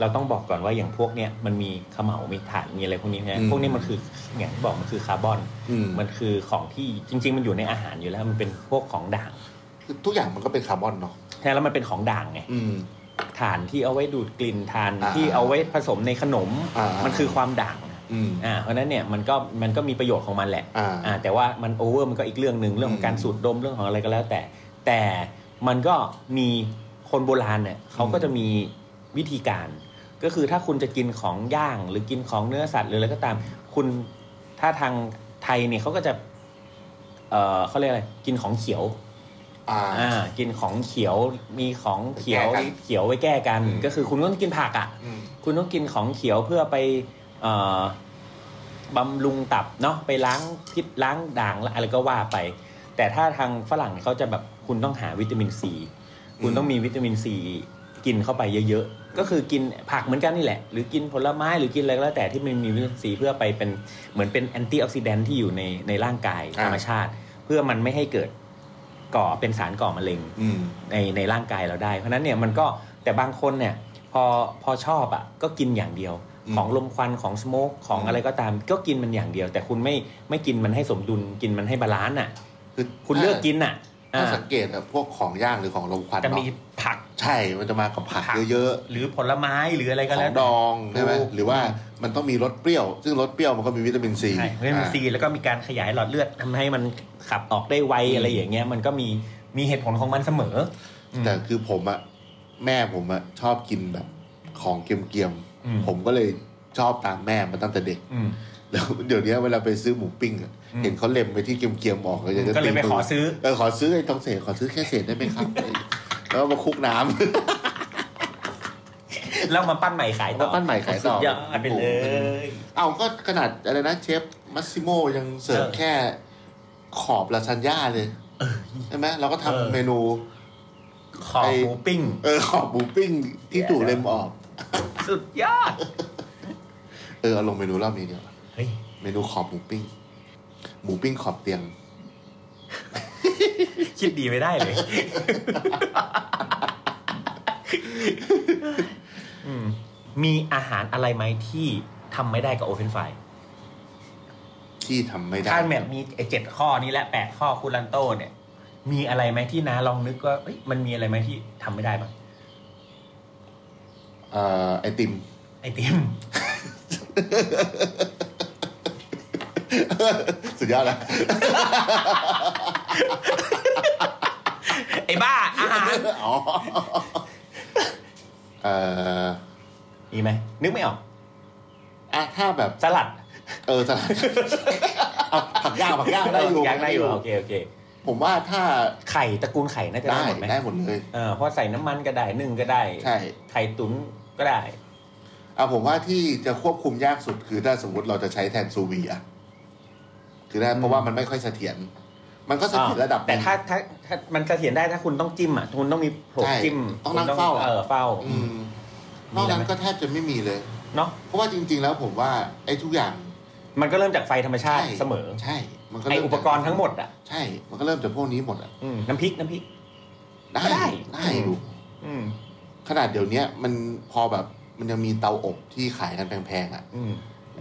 เราต้องบอกก่อนว่าอย่างพวกเนี้ยมันมีเขมเหลามีถ่านมีอะไรพวกนี้ไง
อืม
พวกนี้มันคืออย่างที่บอกมันคือคาร์บอน
อืม
มันคือของที่จริง ๆ มันอยู่ในอาหารอยู่แล้ว มันเป็นพวกของด่าง
คือทุกอย่างมันก็เป็นคาร์บอนเนาะ
ใช่แล้วมันเป็นของด่างไง
อืม
ถ่านที่เอาไว้ดูดกลิ่นถ่าน
อ่า
ที่เอาไว้ผสมในขนม
อ่ามั
มันคือความด่าง
อืม
อ่า เพราะฉะนั้นเนี่ยมันก็มันก็มีประโยชน์ของมันแหละ
อ่า
แต่ว่ามันโอเวอร์มันก็อีกเรื่องหนึ่งเรื่องขอ
อื
ง
ม
การสูดดมเรื่องของอะไรก็แล้ว แต่ แต่มันก็มีคนโบราณเนี่ยเขาก็จะมีวิธีการ ก็คือถ้าคุณจะกินของย่างหรือกินของเนื้อสัตว์หรืออะไรก็ตาม คุณถ้าทางไทยเนี่ยเขาก็จะ เออเขาเรียกอะไรกินของเขียว
่า
อ่ากินของเขียวมีของเขียว
ไปแก้กัน
เขียวไว้แก้กัน
อืม
ก็คือคุณต้องกินผักอ่ะ
อืม
คุณต้องกินของเขียวเพื่อไปเอ่อบำรุงตับเนาะไปล้างพิษล้างด่างอะไรก็ว่าไป แต่ถ้าทางฝรั่งเขาจะแบบคุณต้องหาวิตามินซีคุณต้องมีวิตามินซีกินเข้าไปเยอะๆ ก็คือกินผักเหมือนกันนี่แหละ หรือกินผลไม้หรือกินอะไรก็แล้วแต่ที่มันมีวิตามินซีเพื่อไปเป็นเหมือนเป็นแอนตี้ออกซิแดนท์ที่อยู่ในในร่างกาย
อ่า
ธรรมชาติ เพื่อมันไม่ให้เกิดก่อเป็นสารก่อมะเร็ง
อืม
ในในร่างกายเราได้ เพราะฉะนั้นเนี่ยมันก็แต่บางคนเนี่ยพอพอชอบอะ่ะก็กินอย่างเดียว
อืม
ของลมควันของสโมกของ
อืม
อะไรก็ตาม ก็กินมันอย่างเดียว แต่คุณไม่ไม่กินมันให้สมดุลกินมันให้บาลานซ์อ่ะ
คือ
คุณเลือกกินอ่ะ
ถ้า
อ่า
สังเกตอะพวกของย่างหรือของลมควัน
จะ
เนาะ
มีผัก
ใช่ มันจะมากับผัก
ผัก
เยอะ
หรือผลไม้หรืออะไร
ๆ
ก็
ขอ
แล้ว
ง
แต่
ดองใช่ไหม
ถูก
หรือว่ามันต้องมีรสเปรี้ยว ซึ่งรสเปรี้ยวมันก็มีวิตามินซี
ใช่วิตามินซีแล้วก็มีการขยายหลอดเลือดทำให้มันขับออกได้ไวอะไรอย่างเงี้ยมันก็มีมีเหตุผลของมันเสมออืม
แต่คือผมอะแม่ผมอะชอบกินแบบของเกรียม
อืม
ๆ ผมก็เลยชอบตามแม่มาตั้งแต่เด็ก
อืม
แล้วเดี๋ยวนี้เวลาไปซื้อหมูปิ้งอะเห็นเขาเล็มไปที่เกรียมๆออกเลยจะ
ก็เลยไปขอซื้อ
เออขอซื้อไอ้ทองเศษขอซื้อแค่เศษได้ไหมค รับ แล้วเอามาคลุกน้ำ
แล้วมาปั้นใหม่ขายต่อ
มาปั้นใหม่ขายต่อ
สุดยอดไปเลย
เอาก็ขนาดอะไรนะเชฟมัสซิโมยังเสิร์ฟ
เออ
แค่ขอบลาซานญ่าเลยใช่ไหมเราก็ทำ
เออ
เมนู
ขอ
ไอ้
หมูปิ้ง
เออขอบหมูปิ้งที่
แย่
ถูกเล็มออก
สุดยอด
เออเอาลงเมนูรอบนี้เดียวา
เฮ้ย
เมนูขอบหมูปิ้ง หมูปิ้งขอบเตียง
คิดดีไม่ได้เลย อืมมีอาหารอะไรไหมที่ทำไม่ได้กับโอเพนไฟ
ที่ทำไม่ได้
ถ้าแบบมีไอ้เจ็ดข้อนี้และแปดข้อคุณลันโตเนี่ย มีอะไรไหมที่น้าลองนึกว่าเอ้ยมันมีอะไรไหมที่ทำไม่ได้บ้าง
เอ่อไอติม
ไอติม
สุดยอดนะ
ไอบ้า อาหาร
อ๋อเอ่อ
มีไหมนึกไม่ออก
อ่ะถ้าแบบ
สลัด
เออสลัด เอาผักย่างผักย่างได้อยู่
ยางได้อยู่โอเคโอเค
ผมว่าถ้า
ไข่ตระกูลไข่น่าจะได้
ได้
หมดไหม
ได้หมดเลย
เออเพราะใส่น้ำมันก็ได้นึ่งก็ได้
ใช่
ไข่ตุ๋นก็ได้
อ่ะผมว่าที่จะควบคุมยากสุดคือถ้าสมมติเราจะใช้แทนซูวีอะคือได้เพราะว่ามันไม่ค่อยเสถียรมันก็เสถียรระดับห
แต่
นึ่ง
ถ้าถ้าถ้ามันเสถียรได้ถ้าคุณต้องจิ้มอ่ะคุณต้องมีโผล่
ใช่
จิ้ม
ต้องนั่ง
คุณ
เฝ้าอะ
เออเฝ้า
อืม
มี
นอก
อะไรไหม
นั้นก็แทบจะไม่มีเลย
เนาะ
เพราะว่าจริง ๆ แล้วผมว่าไอ้ทุกอย่าง
มันก็เริ่มจากไฟธรรมชาติเสมอ
ใช่ มันก็
ไอ
เม
อุปกรณ์ทั้งหมดอ่ะ
ใช่ มันก็เริ่มจากพวกนี้หมดอะ
อืมน้ำพริกน้ำพริก
ได้
ได้
ได้อยู่
อืม
ขนาดเดี๋ยวเนี้ยมันพอแบบมันยังมีเตาอบที่ขายกันแพงๆอ่ะ
อืม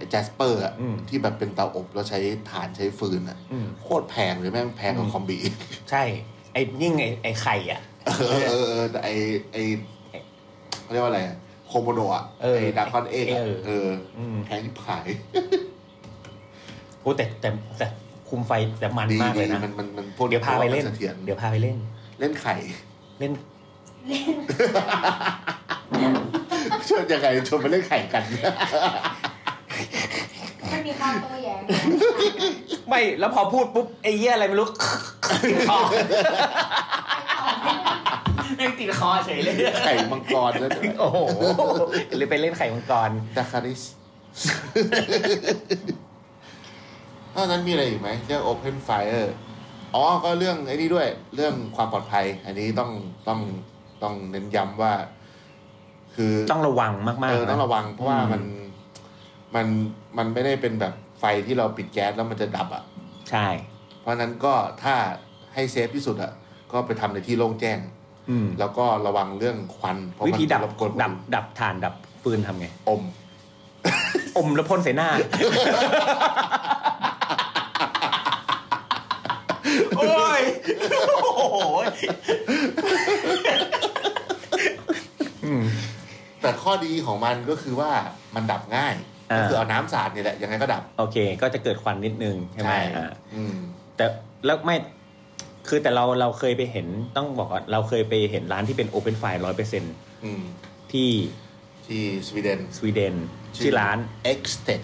แจสเปอร์อ่ะ
อืม
ที่แบบเป็นเตาอบแล้วใช้ถ่านใช้ฟืนอ่ะ
อืม
โคตรแพงเลยแม่งแพงก
อื
ว่าม คอมบีอีก
ใช่ไอยิ่งไอไอไข่อ่ะ
เออเออเออแต่ไอไอเขาเรียกว่าอะไรอะโคโมโดะ
เออ
ไอดาร์คอนเอกอะ
เออ
เออ
อืม
แพงที่ผาย
โอ้แต่แต่แต่คุมไฟแต่มัน
ดี
มาก
ดี
เลยนะ
มันมันมันพวก
เดี๋ยวพาไปเล่น
เสถียร
เดี๋ยวพาไปเล่น
เล่นไข่
เล่น
ชวนยังไงชวนไปเล่นไข่กัน
ไม่มีความโต้แย้ ง
ไม่ แล้วพอพูดปุ๊บไอ้เหี้ยอะไรไม่รู้ ติดคอ ยังติดคอเฉยเลย
ไข่มังกรแล้ว
โอ้โหหรือไปเล่นไข่มังกร
ดาคาริส นอกนั้นมีอะไรอีกไหมเรื่อง Open Fire อ๋อ ก็เรื่องไอ้นี่ด้วย เรื่องความปลอดภัย อันนี้ต้องต้องต้องเน้นย้ำว่า คือ
ต้องระวังมาก
เออ
ๆ
ต้อ
นะ
งระวังเพราะว่า
อืม
มันมันมันไม่ได้เป็นแบบไฟที่เราปิดแก๊สแล้วมันจะดับอ่ะ
ใช่
เพราะฉะนั้นก็ถ้าให้เซฟที่สุดอ่ะ ก็ไปทำในที่โล่งแจ้ง
อืม
แล้วก็ระวังเรื่องควันเพราะ
วิ
มัน
ธีดับ
รบกวน
ดับ ดับถ่านดับปืนทำไง
อม
อมแล้วพ่นใส่ หน้า โอ้ย โอ้โหอืม
แต่ข้อดีของมันก็คือว่ามันดับง่าย
อ่า
ก็คือเอาน้ำสาดเนี่ยแหละยังไงก็ดับ
โอเค ก็จะเกิดควันนิดนึง ใช่ไหมอ่า
อืม
แต่แล้วไม่คือแต่เราเราเคยไปเห็นต้องบอกว่าเราเคยไปเห็นร้านที่เป็นโอเพนไฟร้อยเปอร์เซ็น
อืม
ที่
ที่สวีเดน
สวีเดนชื่อร้าน
เอ็กซ์เตช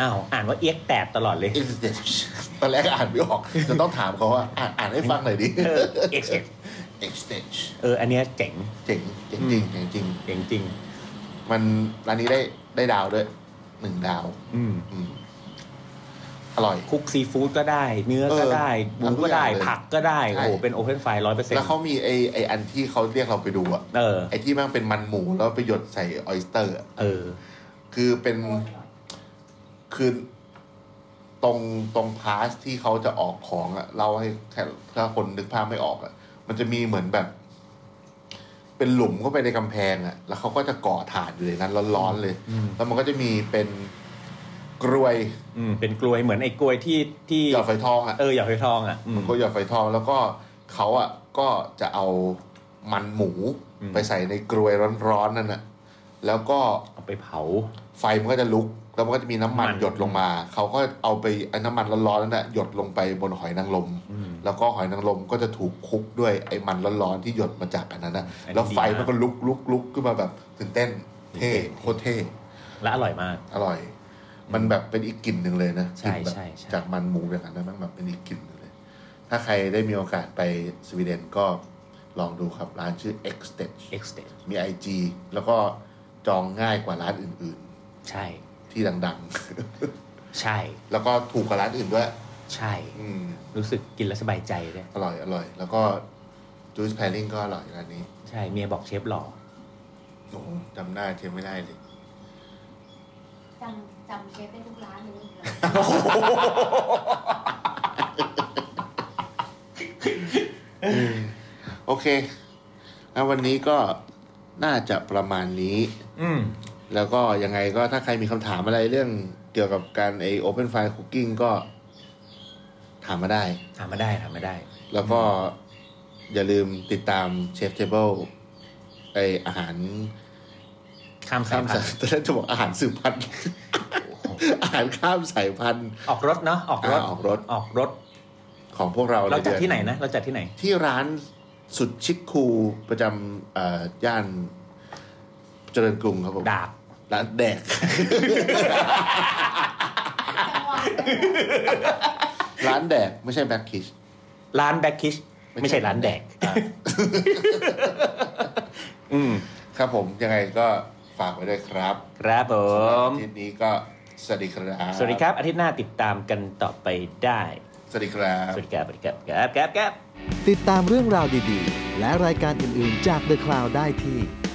อ้าว อ่านว่าเอ็กแตดตลอดเลย
เอ็กซ์เตช ตอนแรกอ่านไม่ออกจะต้องถามเขาว่าอ่านอ่านให้ฟังหน่อย ดิ
เออ X
เอ็กซ์เตช
เออ อันเนี้ยเจ๋ง
เจ๋งเจ๋งจริงเจ๋งจริง
เจ๋งจริง
มันร้านนี้ได้ได้ดาวด้วยหนึ่งดาว
อืม
อืม อร่อย
คุกซีฟู้ดก็ได้ เนื้อก็ได้
เออ
หมูก็ได้
ทำทุกอย่างเลย
ผักก็ได้
ใช่
โอ้โหเป็นโอเพนไฟร้อยเปอร์เซ็น
แล้วเขามีไอไออันที่เขาเรียกเราไปดูอะ
เออ
ไอที่แมันเป็นมันหมูแล้วไปหยดใส่ออยสเตอร์อะ
เออ
คือเป็น
โคตรอร่อย
คือตรงตรงพาสที่เขาจะออกของอะเราให้แค่ถ้าคนนึกภาพไม่ออกอะมันจะมีเหมือนแบบ เป็นหลุมเข้าไปในกำแพงอะแล้วเขาก็จะก่อฐานอยู่ในนั้นร้อนๆเลย
อืม
แล้วมันก็จะมีเป็นกรวย
อืมเป็นกลวยเหมือนไอ้กลวยที่ที่
หยอดไฟทองอะ
เออหยอดไฟทองอ่ะอืม
โกยอดไฟทองแล้วก็เขาอ่ะก็จะเอามันหมู
อืม
ไปใส่ในกรวยร้อนๆนั่นน่ะแล้วก็
เอาไปเผา
ไฟมันก็จะลุก แล้วมันก็จะมีน้ำมัน
มัน
หยดลงมา เขาก็เอาไปไอ้น้ำมันร้อนๆนั่นน่ะหยดลงไปบนหอยนางรม
อืม
แล้วก็หอยนางรมก็จะถูกคลุกด้วยไอ้มันร้อนๆที่หยดมาจากอันนั้นนะ
อันนี้
แล้วไฟ
ดีมาก
มันก็ลุกลุกลุกขึ้นมาแบบตื่นเต้น เท่โคตรเท่
และอร่อยมาก
อร่อย มันแบบเป็นอีกกลิ่นหนึ่งเลยนะ
ใช่
กลิ่นแบบ
ใช่ใช่
จากมันหมูอย่างนั้นนะมันแบบเป็นอีกกลิ่นหนึ่งเลย ถ้าใครได้มีโอกาสไปสวีเดนก็ลองดูครับร้านชื่อ X Stage
เอ็กซ์เต
มี IG แล้วก็จองง่ายกว่าร้านอื่น
ใช่
ๆ ที่ดัง
ใช่
ๆ แล้วก็ถูกกว่าร้านอื่นด้วย
ใช่
อืม
รู้สึกกินแล้วสบายใจเลย
อร่อยอร่อย แล้วก็จูสแพริงก็อร่อยร้านนี้
ใช่เมียบอกเชฟหล่อ
โอ้โหจำหน้าเทไม่ได้เลย
จำจำเชฟได้ทุกร้านเลยเหรอ
โอเคงั้นวันนี้ก็น่าจะประมาณนี้
อืม
แล้วก็ยังไงก็ถ้าใครมีคำถามอะไรเรื่องเกี่ยวกับการไอโอเพนไฟล์คุกกิ้งก็ถามมาได้
ถามมาได้ถามมาได้
แล้วก็อย่าลืมติดตามเชฟเทเบิลไออาหาร
ข้ามสา
ข้าย ม
พั
สาน ย ตอน
ธุ์
แรกจะบอกอาหารสืบพันธุ์ อาหารข้ามสายพันธุ์
ออกรถเนาะออกรถ
อ่าออกรถ
ออกรถ
ของพวกเรา
เราจัด
ใอ
ที่ไหนนะเราจัดที่ไหน
ที่ร้านสุดชิคคูประจำเอ่อย่านเจริญกรุงครับผม
ดาบ
ร้านแดก
จังหวัดเลยเหรอ
ร้านแดกไม่ใช่แบ็คคิช
ร้านแบ็คคิชไม่ใช่ร้านแดก อืม
ครับผมยังไงก็ฝากไว้ด้วยครับ
ครับผ
สำหรับ
ม
อาทิตย์นี้ก็สวัสดีครับ
สวัสดีครับ อาทิตย์หน้าติดตามกันต่อไปได้
สวัสดีครับ
สวัสดีครับสวัสดีครับครับครับครับ
ติดตามเรื่องราวดีๆ และรายการอื่นๆจาก The Cloud ได้ที่